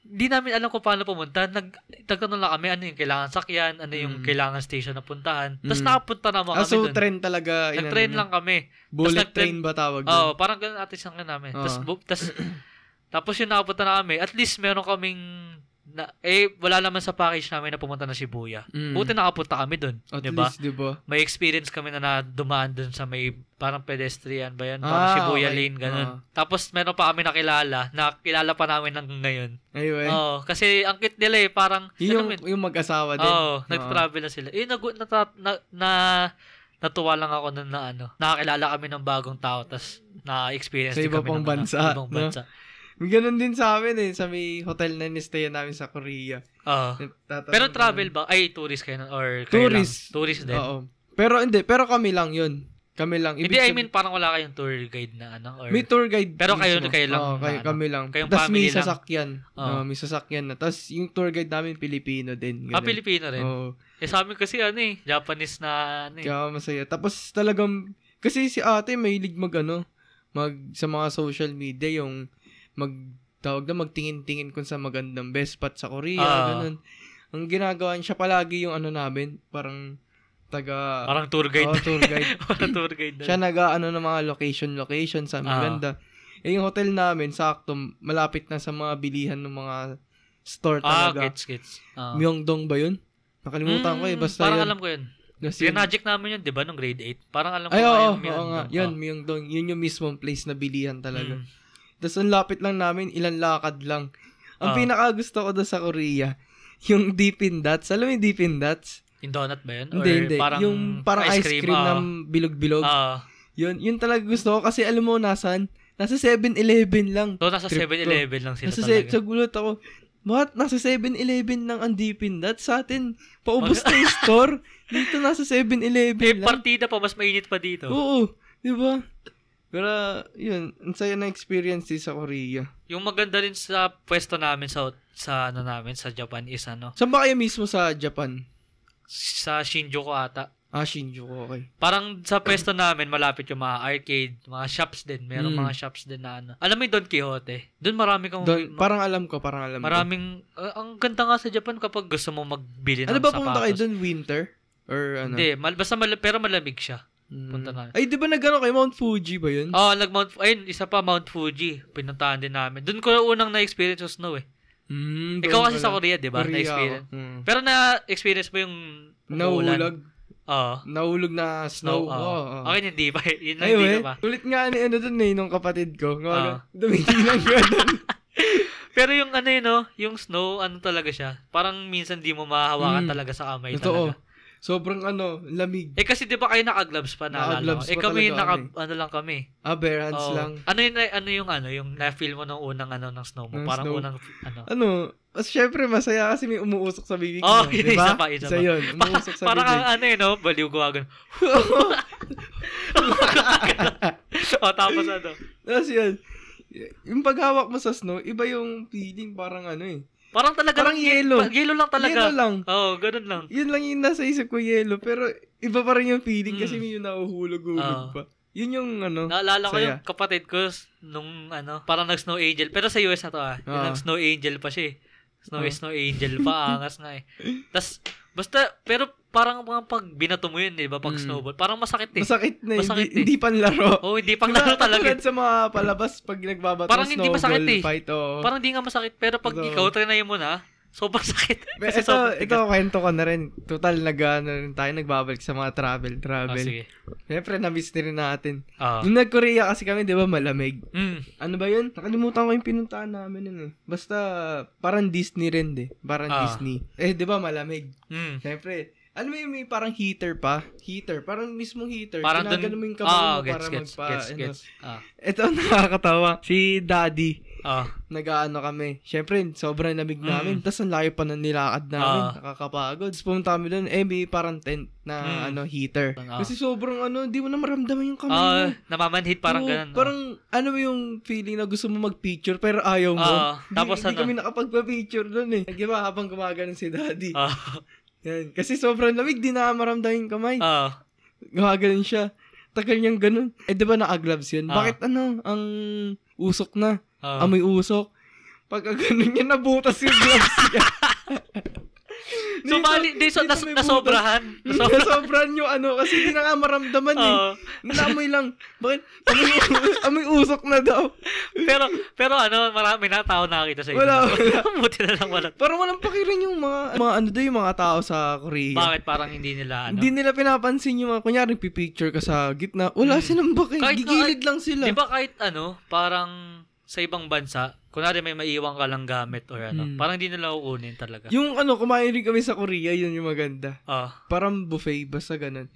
hindi namin alam kung paano pumunta. Nag, nagtanong lang kami ano yung kailangan sakyan, ano Mm. yung kailangan station na puntahan. Tapos Mm. nakapunta naman Ah, kami so doon. train talaga. inano Nag-train niya. lang kami. Bullet Tapos nag-train- train ba tawag doon? Oo, parang ganun atin siyang ano namin. Oo. Tapos, bu- tas- (clears throat) tapos yung nakapunta na kami, at least meron kaming na, eh, wala naman sa package namin na pumunta na Diba? Shibuya. Mm. Buti nakapunta kami doon. At Di ba? least, diba? di ba? May experience kami na, na dumaan doon sa may parang pedestrian ba yan? Parang Ah, Shibuya okay. Lane, ganun. Oo. Tapos meron pa kami nakilala, nakilala pa namin hanggang ngayon. Anyway. Oo, kasi ang cute nila eh, parang, Eh? yun yung, alam mo yun, yung mag-asawa din. oo, nag-travel na sila. Eh, nag, nata- na, na, natuwa lang ako nun na ano, nakakilala kami ng bagong tao, tas na-experience Sa din iba pang kami ng, ano, bansa, no? ibang bansa. May ganun din sa amin eh, sa may hotel na nistayan namin sa Korea. Oo. Tatanong Pero kami- travel ba? Ay, tourist kayo nun, or kayo Tourist. lang? Tourist din. Oo. Pero hindi, pero kami lang yun. Kami lang. Hindi, I sabi- mean, parang wala kayong tour guide na ano, or... may tour guide. Pero kayo- mismo. kayo lang Oo, kayo, na ano. kami lang. Kayong Tapos may family lang. sasakyan. Oo. Oo, may sasakyan na. Tapos yung tour guide namin, Pilipino din. ah, ganun. Pilipino rin. Oo. Eh, sa amin kasi ano eh, Japanese na ano eh. Kaya masaya. Tapos talagang, kasi si ate mahilig mag ano, mag, sa mga social media, yung mag, tawag na magtingin-tingin kung sa magandang best spot sa Korea, Ah. ganun. Ang ginagawa niya siya palagi yung ano namin, parang taga... Parang tour guide. Oo, tour guide. (laughs) Parang tour guide. Siya nag-ano ng mga location, location sa Ah. maganda. Eh, yung hotel namin, sakto, malapit na sa mga bilihan ng mga store Ah, talaga. gets, gets. Ah. Myeongdong ba yun? Nakalimutan ko eh, Mm, basta Parang yun. alam ko yun. Kasi yun- Pinagic namin yun, di ba, nung grade 8? Parang alam ko Ay, oo, nga oo, yun, oo nga. no? Yun, Ah. Myeongdong. Yun yung mismong place na bilihan talaga. Mm. Tapos ang lapit lang namin, ilan lakad lang. Ang Ah. pinaka gusto ko doon sa Korea, (laughs) yung Deep in Dots. Alam mo yung Deep in Dots? Yung donut ba yun? Hindi, Or hindi. Parang yung parang ice cream, ah. ng bilog-bilog. Ah. Yun, yun talaga gusto ko kasi alam mo nasan? Nasa 7-Eleven lang. so, nasa Trip ko. 7-Eleven lang sila Nasa se- talaga. sa gulat ako. What? Nasa 7-Eleven lang ang Deep in Dots sa atin. (laughs) Paubos na yung store. Dito nasa 7-Eleven eh, lang. partida pa, mas mainit pa dito. Oo, di ba? Pero, yun, ang saya na experience din sa Korea. Yung maganda rin sa pwesto namin sa sa ano namin sa Japan is ano, Saan ba kayo mismo sa Japan? sa Shinjuku ata. Ah, Shinjuku, okay. Parang sa pwesto namin malapit yung mga arcade, mga shops din. Meron Mm. mga shops din na ano. Alam mo yung Don Quixote? Doon marami kang Doon, ma- parang alam ko, parang alam ko. maraming uh, ang ganda nga sa Japan kapag gusto mo magbili ng Ano ba pumunta kayo sapatos. doon? Winter? Or ano? Hindi, mal- basta mal- pero malamig siya. Mm. punta na. Ay, di ba nag-ano kayo? Mount Fuji ba yun? Oh, nag Mount ayun, isa pa Mount Fuji. Pinuntahan din namin. Doon ko unang na-experience yung snow eh. Mm, Ikaw doon kasi pala. sa Korea, 'di ba? Korea Diba? Na-experience. ako. Mm. Pero na-experience mo yung umuulan? Nahulog. Oo. Nahulog na snow. Oo. Oo, oo. ah. Akin hindi pa. eh. Yun lang hindi Anyway, ko pa. ulit nga ni ano doon eh, nung kapatid ko. Ah. Uh. Dumiting lang (laughs) yun. Pero yung ano yun, no? yung snow, ano talaga siya? Parang minsan di mo mahahawakan Mm. talaga sa kamay Totoo. talaga. Sobrang ano, lamig. Eh kasi di ba kayo naka-gloves pa na Naka-gloves Eh pa kami talaga naka, kami. ano lang kami. Ah, bare hands Oo. lang. Ano yung, ano yung ano, yung na-feel mo nung unang ano ng snow mo? Ng parang snow. unang, ano. Ano, as syempre masaya kasi may umuusok sa bibig mo, Oh, yun, di ba? isa pa, isa pa. yun, umuusok sa parang bibig. ang ano yun, no? baliw ko (laughs) agad. o tapos ano, Tapos yun, yung paghawak mo sa snow, iba yung feeling parang ano eh. parang talaga Parang lang, yellow. pa- yellow lang talaga. Yellow lang. Oo, ganun lang. Yun lang yung nasa isip ko yellow, pero iba pa rin yung feeling kasi Mm. may yung nahuhulog-hulog Ah. pa. Yun yung ano, Naalala ko Saya. yung kapatid ko s- nung ano, parang nag-snow angel. Pero sa US na to ah. Yung Ah. nag-snow angel pa siya eh. Snow Ah. snow angel pa, (laughs) angas nga eh. Tapos, basta, pero parang mga pag binato mo yun, eh, di ba, pag Mm. snowball, parang masakit eh. masakit na, eh, Masakit eh. hindi, hindi panlaro. (laughs) oh, hindi pang Diba, (laughs) laro talaga. katulad sa mga palabas pag nagbabato Parang ng hindi snowball masakit eh. fight, oo. Parang hindi nga masakit, pero pag Totoo. ikaw, trinayin mo na, sobrang (laughs) sakit. Pero Kasi ito, sobrang ito, tigas. kwento ko na rin. Total, nag ano rin tayo, nagbabalik sa mga travel, Ah, travel. sige. Siyempre, na-miss na rin natin. Ah. Nung nag-Korea kasi kami, di ba, malamig. Mm. Ano ba yun? Nakalimutan ko yung pinuntahan namin yun eh. Basta, parang Disney rin eh. Parang Ah. Disney. Eh, di ba, malamig. Mm. Siyempre, ano may, may parang heater pa? Heater. Parang mismong heater. Parang Parang dun, Ginagano mo yung kamay ah, mo gets, para gets, magpa... gets, ano. gets. Ah, Ito, (laughs) nakakatawa. Si Daddy, ah, nag-ano kami. Siyempre, sobrang lamig Mm. namin. Tapos ang layo pa ng nilakad namin. Ah. Nakakapagod. Tapos pumunta kami doon, eh, may parang tent na Mm. ano, heater. Ah. Kasi sobrang ano, di mo na maramdaman yung kamay ah, mo. namamanhit Oo, parang ganun. Parang ano ba yung feeling na gusto mo mag-picture pero ayaw mo. (laughs) Ah, hindi, tapos ano? hindi kami nakapagpa-picture doon eh. Di ba habang gumagano si daddy. Ah, Yan. Kasi sobrang lamig, di na maramdaman yung kamay. ah, Gumagano siya. Tagal niyang ganun. Eh di ba naka-gloves yun? Ah. Bakit ano, ang usok na. ah. Amoy usok. Pagka ganun niya, nabutas yung gloves niya. (laughs) So, mali, di, so, dito nas, may nasobrahan. butas. Nasobrahan. Ah. Nasobran yung ano, kasi di na nga maramdaman eh. Oo. Naamoy lang. Bakit? Amoy, amoy usok na daw. pero, pero ano, marami na tao nakakita sa inyo. Wala, wala. (laughs) Buti na lang wala. Parang walang pakirin yung mga, mga ano daw yung mga tao sa Korea. Bakit parang hindi nila, ano? Hindi nila pinapansin yung mga, kunyari, pipicture ka sa gitna. Wala silang bakit. Hmm. Kahit na- Gigilid lang sila. Di ba kahit ano, parang sa ibang bansa, kunwari may maiiwan ka lang gamit or ano, Hmm. parang hindi nila uunin talaga. Yung ano, kumain rin kami sa Korea, yun yung maganda. Ah, Parang buffet, basta ganun.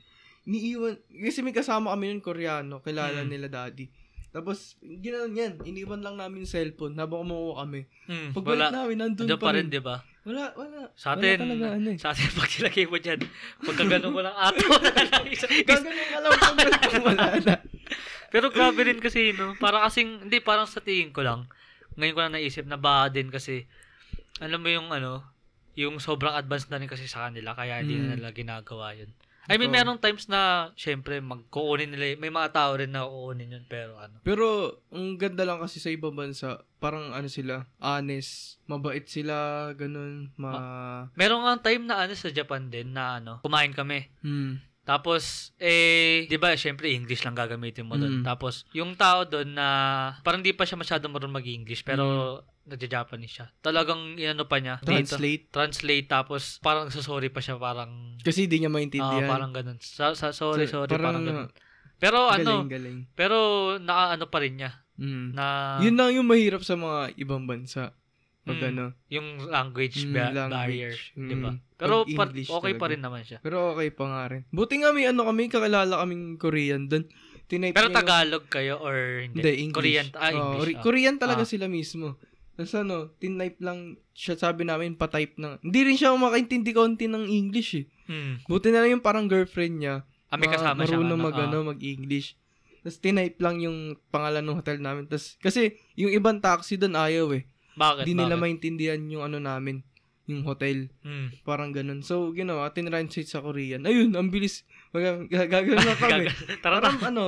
Niiwan, kasi may kasama kami yung Koreano, kilala Mm. nila daddy. Tapos, ginanon yan, iniwan lang namin yung cellphone habang kumuha kami. mm, Pagbalik wala. namin, nandun Ano pa, rin. di ba? Wala, wala. Sa wala atin, talaga, ano eh. sa atin (laughs) pag nilagay mo dyan, pagkagano mo lang ato. (laughs) Is- Gagano'n ka lang pagbalik kung wala na. Pero grabe rin kasi, no? Para kasing, hindi, parang sa tingin ko lang, ngayon ko na naisip na baka din kasi, alam mo yung ano, yung sobrang advanced na rin kasi sa kanila, kaya hindi na Mm. nila ginagawa yun. I mean, Oo. merong times na, syempre, magkukunin nila. y- May mga tao rin na kukunin yun, pero ano. Pero, ang ganda lang kasi sa ibang bansa, parang ano sila, honest, mabait sila, ganun, ma... Meron nga time na ano sa Japan din na ano, kumain kami. Hmm. Tapos, eh, di ba, syempre, English lang gagamitin mo doon. Mm. Tapos, yung tao doon na, parang di pa siya masyado marunong mag-English, pero, nadya-Japanese siya. Talagang, inano pa niya. Mm. Dito, Translate. translate, tapos, parang sorry pa siya, parang, Kasi di niya ah maintindihan. parang ganun. Sa, sa, sorry, So, sorry, parang, ganun. Pero, ano, galing, galing. pero, nakaano pa rin niya, Mm. na, Yun lang yung mahirap sa mga ibang bansa. Pag Mm. ano. yung language, Mm, ba- language. barrier, di ba? Mm. Pero, Pag par- English okay pa talaga. rin naman siya. Pero okay pa nga rin. Buti nga may ano kami, kakilala kaming Korean doon. Tinype Pero niya yung- Tagalog kayo or hindi? Hindi, English. Korean. Ah, Oo, English. Ori- ah. Korean talaga Ah. sila mismo. Tapos ano, tinype lang siya sabi namin, patype ng... Hindi rin siya makaintindi kaunti ng English eh. Mm. Buti na lang yung parang girlfriend niya. Ah, may ma- kasama siya. marunong mag, ah. ano, mag-English. Tapos tinype lang yung pangalan ng hotel namin. Tapos, kasi yung ibang taxi doon ayaw eh. Bakit? Hindi nila bakit? maintindihan yung ano namin, yung hotel. Mm. Parang ganun. So, ginawa, tinranslate sa Korean. Ayun, ang bilis. Mag- gag- gagawin na (laughs) kami. Tara na. Parang ano,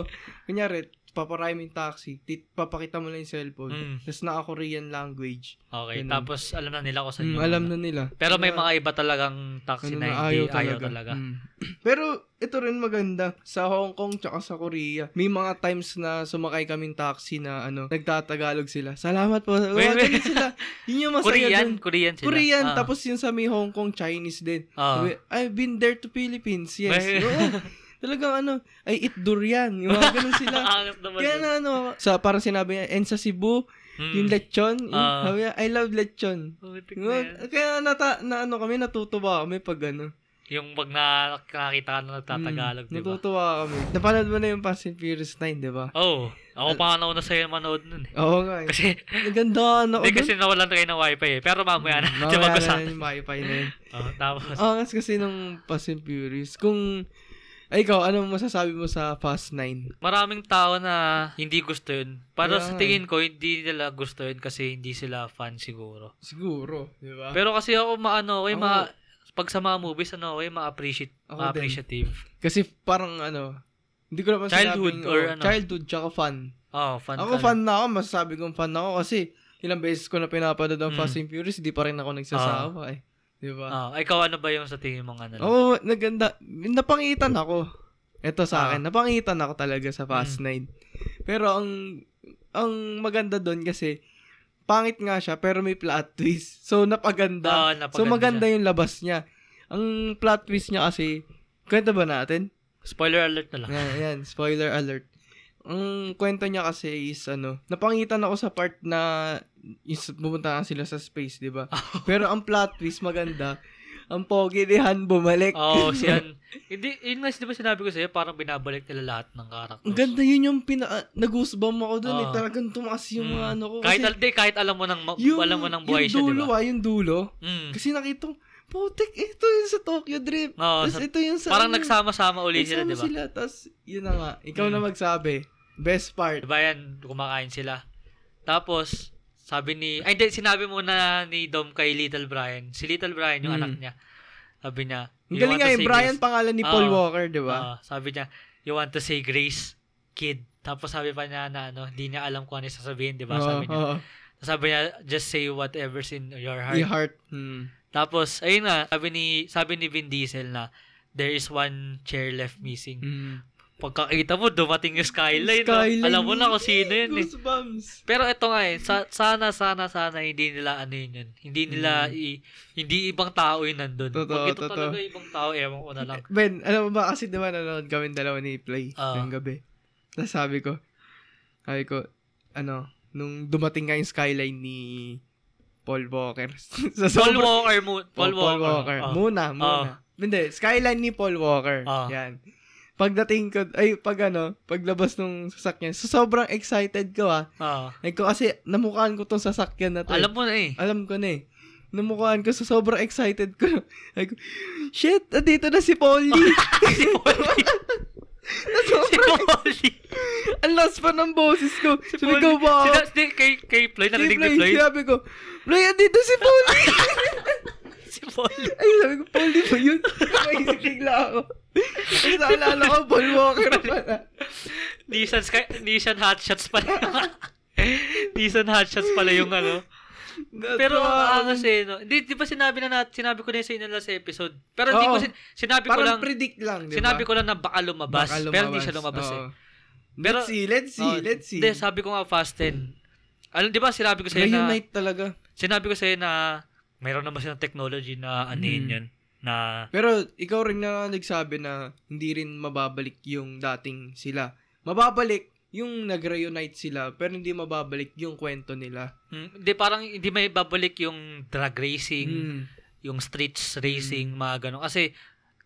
kunyari, paparahin mo yung taxi, tit- papakita mo lang yung cellphone. Mm. Tapos naka-Korean language. Okay, Ganun. tapos alam na nila kung saan Mm, yung alam ano. na nila. Pero may Kaya- mga iba talagang taxi Ano na na, hindi ayaw talaga. Mm. Pero ito rin maganda sa Hong Kong tsaka sa Korea. May mga times na sumakay kaming taxi na ano, nagtatagalog sila. Salamat po. Wait, Wait, wait. sila. Yun (laughs) yung masaya Korean, dun. Korean sila. Korean, Ah. tapos yun sa may Hong Kong, Chinese din. Ah. Sabi, I've been there to Philippines, yes. (laughs) May- Oo. Talagang ano, I eat durian. Yung mga ganun (laughs) sila. Angat naman. Kaya na ano, sa parang sinabi niya, and sa Cebu, Mm. yung lechon, yung- Ah. sabi niya, I love lechon. Putik na Yun. yan. Kaya nata, na ano kami, natutuwa kami pag ano, Yung pag na, nakakita ka na nagtatagalog, Mm, di ba? Natutuwa kami. Napanood mo na yung Fast and Furious 9, di ba? Oh, ako pa nga nauna sa'yo manood nun eh. Oo nga. eh. (laughs) Kasi, Ang ganda na (laughs) hindi kasi nawalan kayo ng wifi eh. Pero mamaya na, Mm, (laughs) Mamaya siya na mag-usapan. yung Wi-Fi na yun. Oh, tapos, Ang angas kasi nung Fast and Furious. Kung, ay ikaw, anong masasabi mo sa Fast 9? maraming tao na hindi gusto yun. Pero Kaya sa nga eh. tingin ko, hindi nila gusto yun kasi hindi sila fan siguro. Siguro, di ba? Pero kasi ako maano, Ako- okay, ma, pag sa mga movies, ano, okay, ma-appreciate, Ako ma-appreciative. Kasi parang ano, hindi ko naman Childhood sinabing, or oh, ano? Childhood tsaka fan. Oh, fan Ako talaga. fan na ako, masasabi kong fan na ako kasi ilang beses ko na pinapanood ang Mm. Ah. Fast and Furious, di pa rin ako nagsasawa eh. Di ba? Oh, ikaw ano ba yung sa tingin mong ano? Oo, oh, naganda. Napangitan ako. Ito sa Ah. Hmm. akin, napangitan ako talaga sa Fast 9. Pero ang ang maganda doon kasi pangit nga siya pero may plot twist. (laughs) So napaganda. Oo, diba? so Ah, napaganda maganda siya. yung labas niya. Ang plot twist niya kasi kwento ba natin? Spoiler alert na lang. Yan, yan, spoiler alert. Ang kwento niya kasi is ano, napangitan ako sa part na is, pumunta nga sila sa space, 'di (laughs) ba? Pero ang plot twist maganda. Ang pogi ni Han bumalik. Oo, oh, (laughs) siyan. Hindi, yun nga, di ba sinabi ko sa'yo, parang binabalik nila lahat ng characters. Ang ganda yun yung pina ah, nag-goosebump ako doon eh. Oo. Talagang tumaas yung Ah. Mm. mga ano ko. Kahit, al- di, kahit alam mo nang, ma- alam mo nang buhay yung siya, di dulo ba? ah, yung dulo. Mm. Kasi nakita ko, putik, ito yung sa Tokyo Drift. Oo, Tapos Ah, sa- ito yung sa... parang ano, nagsama-sama uli sila, nagsama di ba? sila. Tapos yun na nga. Ikaw Mm. na magsabi. Best part. Diba yan, kumakain sila. Tapos, sabi ni, ay hindi, sinabi muna ni Dom kay Little Brian. Si Little Brian, yung Hmm. anak niya. Sabi niya, Ang "You galing want nga to yun. say Ah. Brian grace?" pangalan ni Paul Oo. Walker, di ba? Oo, sabi niya, you want to say grace, kid. Tapos sabi pa niya na ano, hindi niya alam kung ano yung sasabihin, di ba? Oo, Sabi niya. oo. Sabi niya, just say whatever's in your heart. Yung heart. Mm. Tapos, ayun nga, sabi ni, sabi ni Vin Diesel na, there is one chair left missing. Mm. Pagkakita mo, dumating yung skyline. no? Skyline. Alam mo na kung sino yun. eh. Goosebumps. Pero ito nga eh, sa- sana, sana, sana hindi nila ano yun yun. Hindi nila, i- hindi ibang tao yun nandun. Mm. Totoo, Pag ito totoo. talaga ibang tao, ewan ko (laughs) na lang. Ben, alam mo ba kasi diba nanonood kami dalawa ni Play Ah. ngayong gabi. Tapos sabi ko, sabi ko, ano, nung dumating nga yung skyline ni Paul Walker. (laughs) sa Paul sobrang- Walker mo. Paul Oh, Paul Walker. Walker. Oh. Muna, muna. Hindi, skyline ni Paul Walker. Ah. Yan. Pagdating ko, ay, pag ano, paglabas nung sasakyan, so sobrang excited ko ah. Oo. Ay ko kasi, namukhaan ko tong sasakyan na to. eh. Alam mo na (laughs) eh. (laughs) Alam ko na eh. Namukhaan ko, so sobrang excited ko. (laughs) Ay ko, shit, andito na si Polly. si Polly. si Polly. Ang last pa ng boses ko. Si Sabi ko, wow. Sina- si- kay, kay Ploy, narinig ni Play, Ploy. Sabi ko, Play, andito si (laughs) Polly. Si Polly. Ay, sabi ko, Polly ba yun? Naisip bigla ako. Kasi naalala ko, ball walker pala. Nissan, Sky, Nissan Hotshots pala yung... ano. (laughs) Nissan Hotshots pala yung ano. Pero ang angas eh, no? Hindi, di ba sinabi na natin, sinabi ko na yun sa inyo last episode. Pero hindi ko, Oo. sin- sinabi ko lang, parang predict lang, di ba? sinabi ko lang na baka lumabas. Baka Pero hindi siya lumabas Oo. eh. Pero- let's see, let's see, Oh, let's see. Hindi, sabi ko nga fast 10. Alam, di ba sinabi ko sa'yo na, Reunite talaga. sinabi ko sa'yo na, mayroon naman silang technology na ano yun Hmm. yun, na, Pero ikaw rin na nagsabi na hindi rin mababalik yung dating sila. Mababalik yung nag-reunite sila pero hindi mababalik yung kwento nila. Hmm, hindi parang hindi may babalik yung drag racing, Mm. yung streets Hmm. racing, mga ganun. Kasi,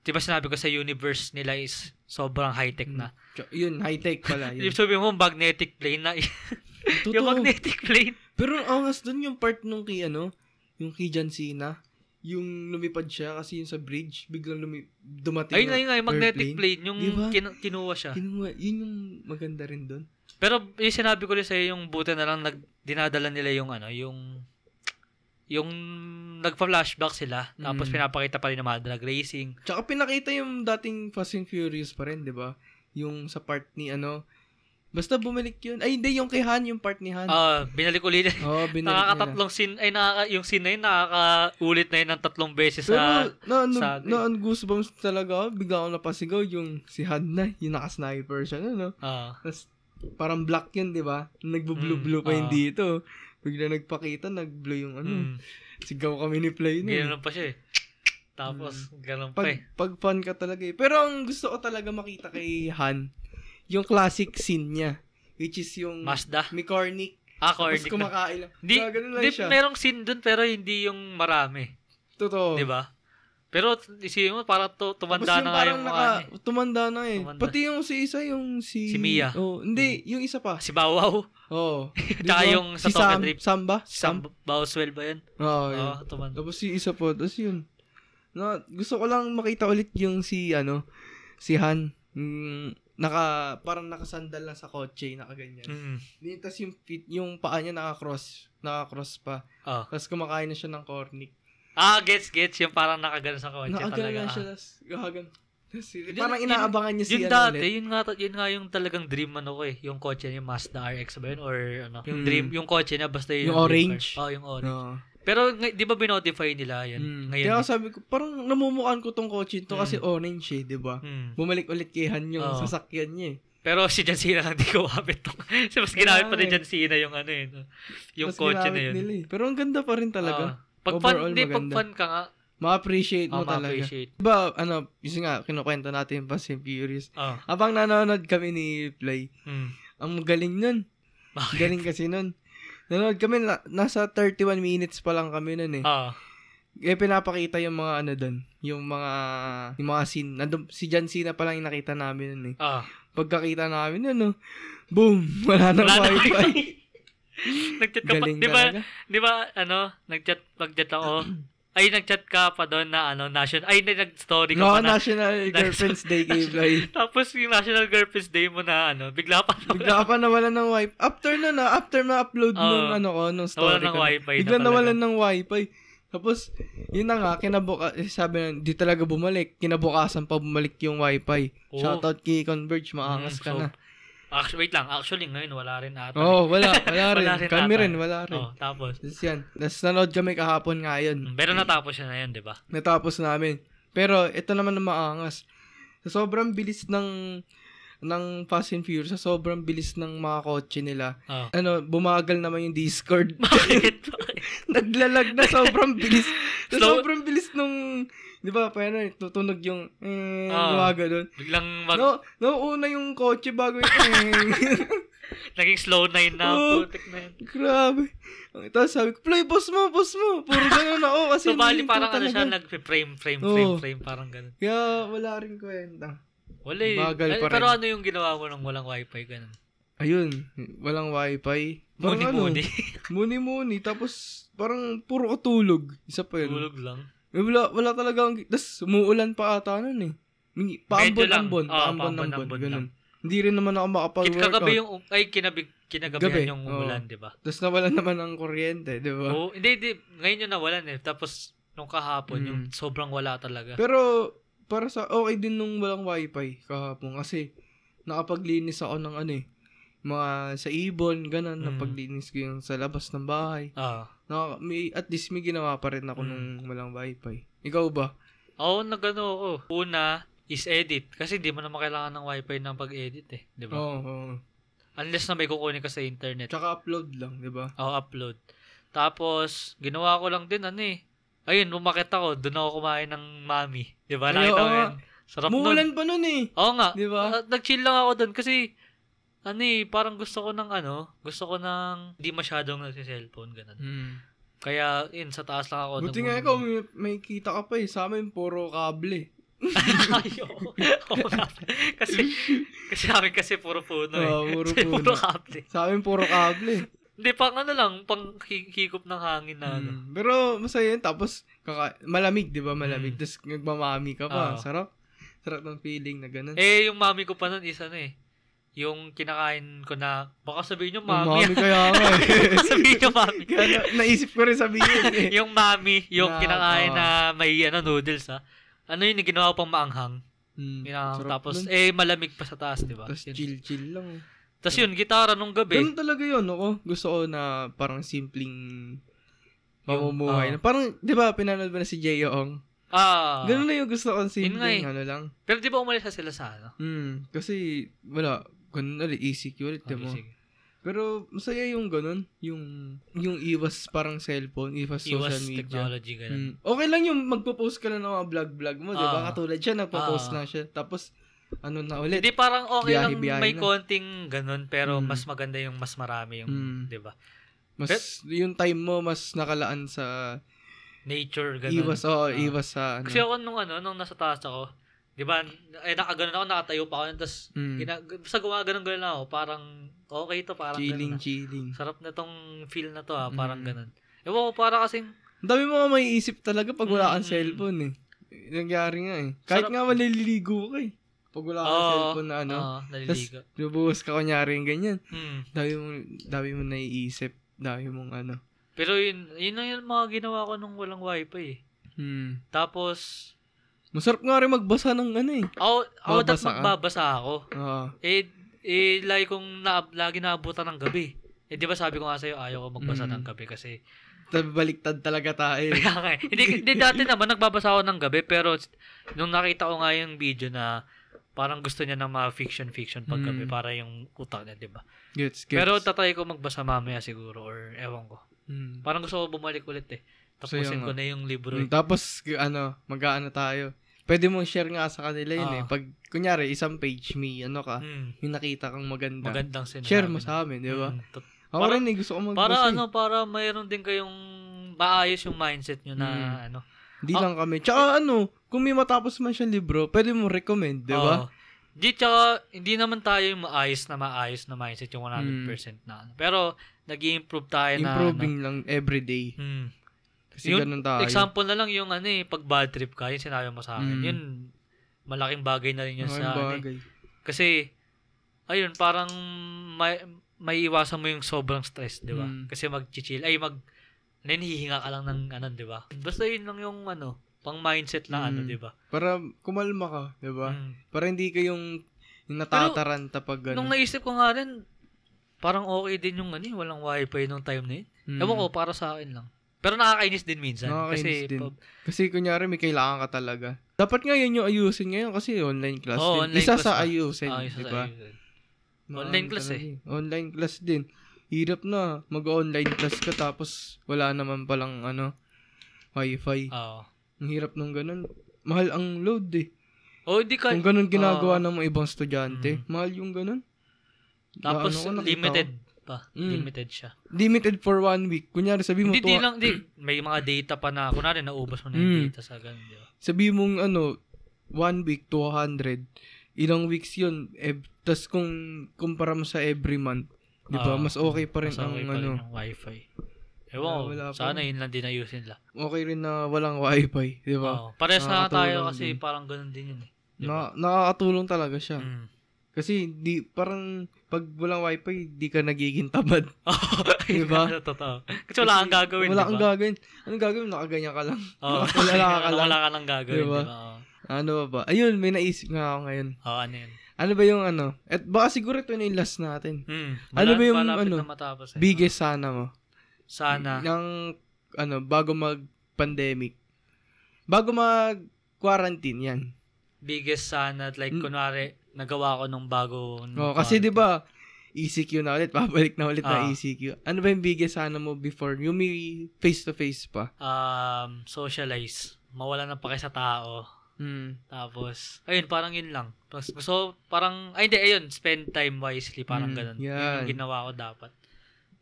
di ba sinabi ko sa universe nila is sobrang high-tech na. Tso- Yun, high-tech pala. Yun. (laughs) Yung sabi mo, magnetic plane na. (laughs) yung Hmm. Totoo. magnetic plane. Pero ang angas dun yung part nung kay ano, yung kay John Cena, yung lumipad siya kasi yung sa bridge, biglang lumi- dumating. Ayun na na yun nga, yung magnetic airplane. plane. Yung Di ba? kin- kinuha siya. Kinuha, yun yung maganda rin dun. Pero yung sinabi ko rin sa'yo, yung buti na lang nag, dinadala nila yung ano, yung yung nagpa-flashback sila. Tapos Mm. pinapakita pa rin yung mga drag racing. Tsaka pinakita yung dating Fast and Furious pa rin, di ba? Yung sa part ni ano, basta bumalik yun. Ay, hindi, yung kay Han, yung part ni Han. Ah, binalik ulit. Oo, binalik nila. Nakakatatlong scene, ay nakaka, yung scene na yun, nakakaulit na yun ng tatlong beses Pero, sa... na, ano, sa- na, ano, goosebumps talaga. ako. Bigla ako napasigaw yung si Han na, yung naka-sniper siya, ano. Ah, Tapos, parang black yun, di ba? Nagbo-blue-blue pa yun Mm, ah. dito. Bigla nagpakita, nag-blue yung ano. mm, Sigaw kami ni Play nun. ganun pa siya eh. Tapos, ganun pa eh. Mm. Pag, pag fan ka talaga eh. Pero ang gusto ko talaga makita kay Han, yung classic scene niya, which is yung Mazda. may cornic, Ah, tapos cornic na. kumakain lang. Di, Kaya ganun lang di, siya. merong scene dun pero hindi yung marami. Totoo. Di ba? Pero isipin mo, parang to, tumanda Oh. Tapos na nga parang yung mga... ano eh. Tumanda na eh. Tumanda. Pati yung si isa, yung si... Si Mia. Oh, hindi, yung isa pa. Si Bawaw. (laughs) Oo. Di Tsaka ba? yung si sa Tokyo Sam, Drift. Sam ba? Si Sam Bowswell ba yun? Oo, oh, Oo, yun. oh, tumanda. Tapos si isa po, tapos yun. Na, gusto ko lang makita ulit yung si, ano, si Han. Mm, naka, parang nakasandal lang sa kotse, nakaganyan. Mm. Mm. Tapos yung, feet, yung paa niya naka-cross, naka-cross pa. Oh. Tapos kumakain na siya ng cornic. Ah, gets, gets. Yung parang nakagano sa kotse Nakagala talaga. na ah. siya, tapos gagan. Tapos Yun- parang yun- inaabangan niya si Yun ano dati, ulit. yun nga, ta- yun nga yung talagang dream ano ko eh. Yung kotse niya, Mazda RX ba yun? Or ano? Yung Mm. dream, yung kotse niya, basta yun. Yung dream orange. car. Oh, yung orange. Oo. Pero ngay- di ba binotify nila yun? Mm. Ngayon. eh. Kaya sabi ko, parang namumukan ko tong kotse to Mm. kasi orange eh, di ba? Mm. Bumalik ulit kay Han yung Oo. sasakyan niya eh. Pero si John Cena lang (laughs) di gumamit nung. so, mas ginamit pa ni John Cena yung ano yun. no? Yung Tapos kotse na eh. ginamit yun. nila eh. Pero ang ganda pa rin talaga. Oo. pag fan, Overall, di, pag maganda. fan ka nga, Ma-appreciate mo oh, talaga. ma-appreciate. Diba, ano, yun nga, kinukwento natin pa si Furious. Oh. Abang nanonood kami ni Play, Mm. ang galing nun. Bakit? Galing kasi nun. Nanonood kami, na- nasa 31 minutes pa lang kami nun eh. Ah. Eh, pinapakita yung mga ano dun, yung mga, yung mga scene. Nandun, si John Cena pa lang yung nakita namin nun eh. Ah. Pagkakita namin nun, no, boom, (laughs) wala nang Wala na wifi. wifi. (laughs) nagchat ka pa, galing di ba, talaga. di ba, ano, nagchat, nagchat ako, (clears throat) ay, nagchat ka pa doon na, ano, national, ay, na- nag-story ka No, pa na, National Girlfriend's Day kay Play. (laughs) tapos yung National Girlfriends Day mo na, ano, bigla pa na, Bigla ka pa nawalan ng wifi. After na na, after ma-upload Oo. nung ano ko, nung story Nawalan ng ko. na, wifi na Bigla talaga. nawalan ng wifi. Tapos, yun na nga, kinabuka, eh, sabi na, di talaga bumalik. Kinabukasan pa bumalik yung wifi. Oo. Shoutout kay Converge, maangas Oh. Mm, ka so, na. actually, wait lang, actually, ngayon, wala rin ata. Oo, oh, (laughs) wala, wala rin. Wala rin Kami ata. rin, wala rin. Oh, tapos, Tapos yan, tapos nanood kami kahapon nga yun. Mm, pero natapos siya na yun, di ba? Natapos namin. Pero, ito naman ang maangas. Sa sobrang bilis ng ng Fast and Furious, sa sobrang bilis ng mga kotse nila, (laughs) Oh. ano, bumagal naman yung Discord. (laughs) Bakit? Bakit? Naglalag na sobrang bilis. (laughs) Sa Slow- sobrang bilis nung, di ba, pa ano, tutunog yung, eh, Ah. gumagano. Biglang mag, No, nauuna yung kotse bago yung, (laughs) eh. naging slow na yun na, Oo. putik na yun. Grabe. Tapos sabi ko, play, boss mo, boss mo. Puro ganun ako kasi So, bali, naiinto parang ano siya, talaga. nag-frame, frame, Oo. frame, frame, parang ganun. Kaya wala rin kwenta. Wala eh. Bagal Ay, pa rin. Pero ano yung ginawa mo nang walang wifi, ganun? Ayun, walang wifi. Parang ano, Muni-muni. Muni-muni. Tapos, parang puro katulog. Isa pa yun. Tulog lang. Eh, wala, wala talaga ang... Tapos, umuulan pa ata nun eh. Hindi- Paambon-ambon. lang. Oo, Paambon-ambon. paambon-ambon ganun. Hindi rin naman ako Kit makapag-workout. kagabi yung, ay, kinabig, kinagabihan Gabi, yung oo. umulan, di ba? Oh, Tapos nawalan naman ang kuryente, di ba? Oo, hindi, hindi. Ngayon yung nawalan eh. Tapos, nung kahapon, Mm. yung sobrang wala talaga. Pero, para sa okay din nung walang wifi kahapon kasi nakapaglinis ako ng ano eh mga sa ibon, ganun, Mm. napaglinis ko yung sa labas ng bahay. Oo. Na, may, at least may ginawa pa rin ako Mm. nung walang wifi. Ikaw ba? Oo, nagano ako. ano, oh, Una is edit. Kasi di mo naman kailangan ng wifi ng pag-edit eh. Di ba? Oo, oo. Unless na may kukunin ka sa internet. Tsaka upload lang, di ba? Oo, upload. Tapos, ginawa ko lang din ano eh. Ayun, lumakit ako. Doon ako kumain ng mami. Di ba? Ay, Nakita mo oo. yan. Sarap nun. Mulan pa nun eh. Oo nga. Di ba? Ah, nag-chill lang ako doon kasi ano eh, parang gusto ko ng ano, gusto ko ng di masyadong nagsiselfone, ganun. Kaya, yun, sa taas lang ako. Buti nag- (laughs) nga ikaw, may, may kita ka pa eh. Sa amin, puro kable. Ay, oo. Oo nga. kasi, kasi amin kasi puro puno eh. Oo, Ah, puro Kasi puno. puro kable. Sa amin, puro kable. Hindi, pang ano lang, pang hi- higop ng hangin (laughs) na ano. Mm. Pero masaya yun. Tapos, kaka- malamig, di ba? Malamig. Mm. Tapos, nagmamami ka pa. Oo. Sarap. Sarap ng feeling na ganun. Eh, yung mami ko pa nun is ano eh. Yung kinakain ko na, baka sabihin nyo mami. Umami kaya nga eh. (laughs) Baka sabihin nyo mami. Kaya na- naisip ko rin sabihin eh. (laughs) yung mami, yung Na- kinakain oh. na may ano noodles ah. Ano yun, yung ginawa ko pang maanghang. Mm, Minahang, sarap tapos, nun. eh, malamig pa sa taas, di ba? Tapos Yun. chill-chill lang. eh. Tapos yun, gitara nung gabi. Ganun talaga yun, ako. Gusto ko na parang simpleng mamumuhay. Yung, na parang, di ba, pinanood mo na si Jay Yoong? Ah. Ganun na yung gusto ko, simpleng eh. ano lang. Pero di ba umalis na sila sa ano? Mm, kasi, wala, ganun ulit, easy ulit, di mo. Okay, sige. Pero, masaya yung ganun, yung, yung iwas parang cellphone, iwas, social Iwas media. technology, ganun. Mm. Okay lang yung magpo-post ka lang ng mga vlog-vlog mo, di ba? Ah. Katulad siya, nagpo-post Ah. na siya. Tapos, ano na ulit. Hindi parang okay Biyahe, lang biyahe may na. konting ganun pero Mm. mas maganda yung mas marami yung Mm. 'di ba? Mas, yung time mo, mas nakalaan sa Nature ganun. iwas, oo, Ah. iwas sa, ano. Kasi ako nung ano nung nasa taas ako, 'di ba? Eh nakaganon ako, nakatayo pa ako tapos Mm. gina, sa gumaganon ganun ako, parang okay to, parang chilling, ganun. na. chilling. Sarap na tong feel na to ah, parang Mm. ganun. Ewan ko, para kasing Ang dami mo may isip talaga pag wala kang Mm. cellphone eh. Nangyari nga eh. Kahit Sarap. nga maliligo ka eh. Pag wala kang Oo, cellphone na ano, ah, naliligo. binubuhos ka kunyari yung ganyan. Mm. Dami mong, dami mong naiisip. Dami mong ano. Pero yun, yun lang yung mga ginawa ko nung walang wifi eh. Hmm. Tapos, Masarap nga rin magbasa ng ano eh. ako, ako dat Babasa ka? magbabasa ako. Ah. Eh, eh lagi kong na, lagi naabutan ng gabi. Eh, di ba sabi ko nga sa'yo, ayaw ko magbasa Mm. ng gabi kasi... (laughs) Tab- baliktad talaga tayo. eh. Kaya nga eh. Hindi, hindi, dati naman nagbabasa ako ng gabi, pero s- nung nakita ko nga yung video na parang gusto niya ng mga fiction-fiction paggabi Mm. para yung utak niya, di ba? (laughs) Gets, gets. Pero tatry ko magbasa mamaya siguro or ewan ko. Hmm. Parang gusto ko bumalik ulit eh. So, yun Tapusin ko nga. na yung libro. Hmm, eh. Tapos, g- ano, mag-ano tayo. Pwede mong share nga sa kanila yun Ah. eh. Pag, kunyari, isang page, may ano ka, Mm. may nakita kang maganda. Hmm. Magandang sinabi. Share mo na. sa amin, di ba? Mm, tot- Ako Para- rin eh, gusto ko magbasa. Para eh. ano, para mayroon din kayong maayos yung mindset nyo na Mm. ano. Di Ah. lang kami. Tsaka ano, kung may matapos man siyang libro, pwede mo recommend, di ba? Oo. Di, tsaka, hindi naman tayo yung maayos na maayos na mindset yung 100% na. ano. Pero, nag improve tayo na. Hmm. Improving lang everyday. ano. Mm. Kasi Yun, ganun tayo. Example na lang yung ano eh, pag bad trip ka, yung sinabi mo sa akin. Mm. Yun, malaking bagay na rin yun Ang sa ano eh. bagay. Kasi, ayun, parang may, may iwasan mo yung sobrang stress, di ba? Mm. Kasi mag-chill, ay mag, ano yun, hihinga ka lang ng ano, di ba? Basta yun lang yung ano, pang mindset na Mm. ano, Diba? di ba? Para kumalma ka, di ba? Mm. Para hindi ka yung yung natataranta pag ganun. Nung naisip ko nga rin, parang okay din yung ano, eh, walang wifi nung time na yun. Mm. Ewan ko, para sa akin lang. Pero nakakainis din minsan. Nakakainis kasi, din. pag- Kasi kunyari may kailangan ka talaga. Dapat nga yun yung ayusin ngayon kasi online class Oo, din. online Isa class sa na. ayusin, Ah, isa di sa ba? ayun. Na Online ano class eh. talaga Online class din. Hirap na. Mag-online class ka tapos wala naman palang ano, wifi. Oo. Ang hirap nung ganun. Mahal ang load eh. Oh, hindi ka. Kung ganun ginagawa Oo. ng mga ibang estudyante, Ah. Mm. mahal yung ganun. Tapos, Ano ko, nakita limited ko. pa. Mm. Limited siya. Limited for one week. Kunyari, sabi mo, Hindi, di tuwa, lang, di. May mga data pa na, kunwari, naubos mo na yung Mm. data sa ganun, di ba? sabi mong ano, one week, 200. Ilang weeks yun. Eh, Tapos kung kumpara mo sa every month, di ba, Ah, mas okay pa rin Mas ang okay pa rin ano. Ah, yung wifi. Ewan ko, Wala- wala pa sana rin. yun lang din ayusin lang. Okay rin na walang wifi, di ba? Oo. Pares na Nakakatulong tayo kasi din. parang ganun din yun eh. Ah, Di ba? (laughs) Na, nakakatulong talaga siya. Mm. Kasi di parang pag walang wifi, di ka nagiging (laughs) tamad. Di di ba? ba? Totoo. Kasi wala kang gagawin, Wala di kang ba? gagawin. Anong gagawin? Nakaganyan ka lang. (laughs) Oo. (laughs) wala ka lang. Wala ka lang gagawin, Di di ba? ba? Oo. Ano ba ba? Ayun, may naisip nga ako ngayon. Oh, ano yun? Ano ba yung ano? At baka siguro ito na yung last natin. Hmm. Ano ba Malapit- yung malapit ano? Na matapos, eh. Biggest Mm. sana mo. Sana. Ng, ano, bago mag-pandemic. Bago mag-quarantine, yan. Biggest sana. Like, Mm. kunwari, nagawa ko nung bago. Oh, kasi 'di ba ECQ na ulit, pabalik na ulit Ah. na ECQ. Ano ba yung biggest sana mo before yung may face to face pa? Um, socialize. Mawala ng pake sa tao. Hmm, Mm. Tapos, ayun, parang yun lang. Tapos, gusto, parang, ay hindi, ayun, spend time wisely, parang Mm, ganun. yan. Yun yung ginawa ko dapat.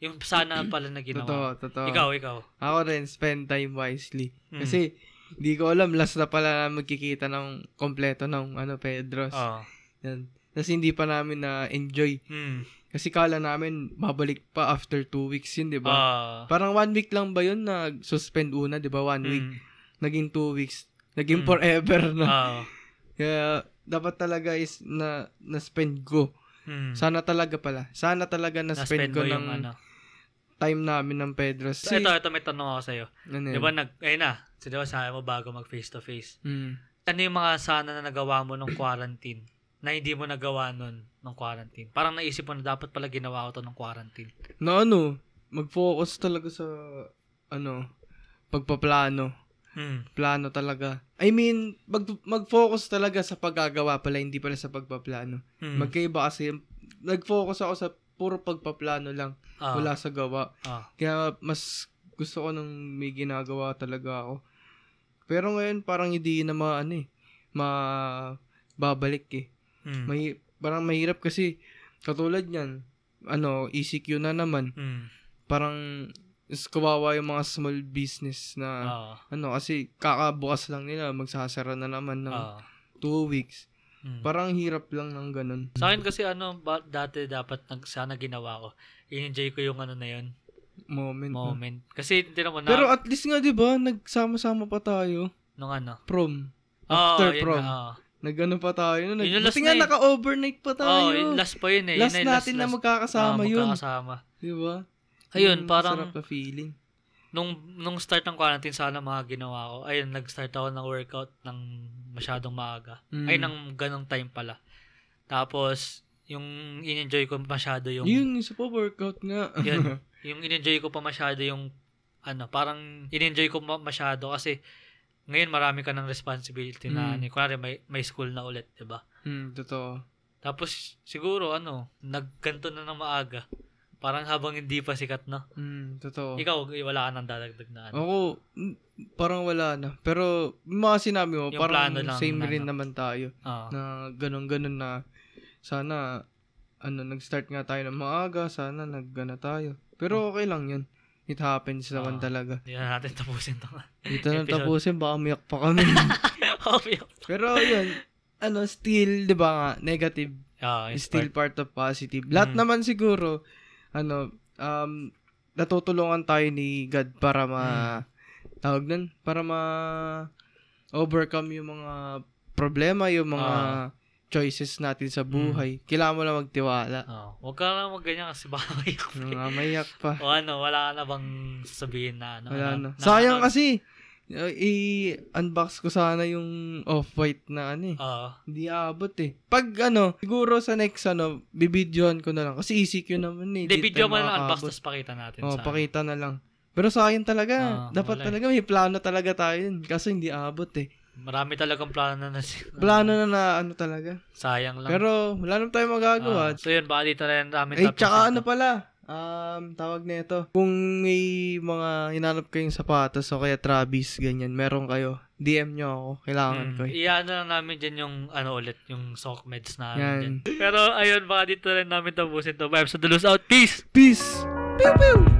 Yung (clears throat) sana pala na ginawa. ko. Totoo, totoo. Ikaw, ikaw. Ako rin spend time wisely. Mm. Kasi hindi ko alam last na pala magkikita ng kompleto ng ano Pedros. Oo. Yan. Tapos hindi pa namin na enjoy Mm. kasi kala namin babalik pa after two weeks yun, 'di ba? Ah. Diba? Parang one week lang ba yun na suspend una, 'di ba? One Mm. week, naging two weeks, naging Mm. forever na. Ah. Kaya dapat talaga is na na spend ko. Mm. (laughs) Sana talaga pala. Sana talaga na Na-spend spend ko mo ng yung ano. time namin ng Pedro. So, ito, ito may tanong ako sa'yo. ano Di ba, nag, ayun na, so, di ba, sabi mo bago mag face-to-face. Mm. Ano yung mga sana na nagawa mo nung quarantine? na hindi mo nagawa nun nung quarantine. Parang naisip mo na dapat pala ginawa ko to nung quarantine. Na ano, mag-focus talaga sa ano, pagpaplano. Mm. Plano talaga. I mean, mag- mag-focus talaga sa paggagawa pala, hindi pala sa pagpaplano. Mm. Magkaiba kasi, nag-focus ako sa puro pagpaplano lang, Ah, wala sa gawa. ah. Kaya mas gusto ko nung may ginagawa talaga ako. Pero ngayon parang hindi na ma ano eh, ma babalik eh. Mm. May parang mahirap kasi katulad niyan, ano, ECQ na naman. Mm. Parang is kawawa yung mga small business na Ah. ano kasi kakabukas lang nila magsasara na naman ng Ah. two weeks. Mm. Parang hirap lang ng ganun. sa akin kasi ano, ba, dati dapat nag, sana ginawa ko. In-enjoy ko yung ano na yun, Moment. no? moment. Kasi hindi naman na, Mm-hmm. Pero at least nga 'di ba, nagsama-sama pa tayo nung ano. prom. Oh, After yun prom. na, oh. Nagano pa tayo. Nag- Yun yung last Buti nga night. naka-overnight pa tayo. Oh, yun, last pa yun eh. last yun na, natin na magkakasama Ah, yun. magkakasama. Di ba? Ayun, Yung parang- Sarap na feeling. nung nung start ng quarantine sana mga ginawa ko ayun nag-start ako ng workout ng masyadong maaga Mm. ay ng ganong time pala tapos yung in-enjoy ko masyado yung Yun, yung sa pa-workout nga. (laughs) Yun. yung in-enjoy ko pa masyado yung ano parang in-enjoy ko ma- masyado kasi ngayon marami ka ng responsibility Mm. na ano, kunwari may, may school na ulit di ba hmm, totoo. tapos siguro ano nagkanto na ng maaga parang habang hindi pa sikat no Hmm, totoo. ikaw eh, wala ka nang dadagdag na ano Ako, mm, parang wala na. Pero, yung mga sinabi mo, Yung parang plano lang same na- rin naman tayo. Ah. Na ganun-ganun na, sana, ano, nag-start nga tayo ng maaga, sana naggana tayo. Pero okay lang yun. It happens naman Ah. talaga. Hindi na natin tapusin to. (laughs) Dito na Episode. tapusin, baka umiyak pa kami. (laughs) Obvious. Pero (laughs) yun, ano, still, di ba nga, negative Ah, is it's still still part of positive. Lahat Mm. naman siguro, ano, um, natutulungan tayo ni God para ma, Mm. tawag nun, para ma, overcome yung mga problema, yung mga Ah. Mm. choices natin sa buhay. Kailangan mo lang magtiwala. Oh, huwag ka na magganyan kasi baka may (laughs) Ano nga, mayak pa. O ano, wala ka na bang sabihin na ano? Wala na. ano- Sayang ano- kasi, uh, i-unbox ko sana yung off-white na ano eh. Oo. Hindi abot eh. Pag ano, siguro sa next ano, bibidyohan ko na lang. Kasi ECQ naman eh. Hindi, di video tayo mo lang unbox, makakaabot. tapos pakita natin Oh, sa... pakita na lang. Pero sa akin talaga, Ah, dapat wala eh. talaga may plano talaga tayo yun. Kaso hindi abot eh. Marami talagang plano na nasi... Plano na na ano talaga. Sayang lang. Pero wala naman tayo magagawa. Ah, so yun, baka dito na yan namin eh, tapusin tsaka ano to. pala, um, tawag na ito. Kung may mga hinanap kayong sapatos o kaya Travis, ganyan, meron kayo. DM nyo ako. Kailangan Mm, ko eh. Iyaano lang namin dyan yung ano ulit, yung sock meds ano namin Yan. dyan. Pero ayun, baka dito na rin namin tapusin to. Vibes sa Dulus out. Peace! Peace! Pew pew!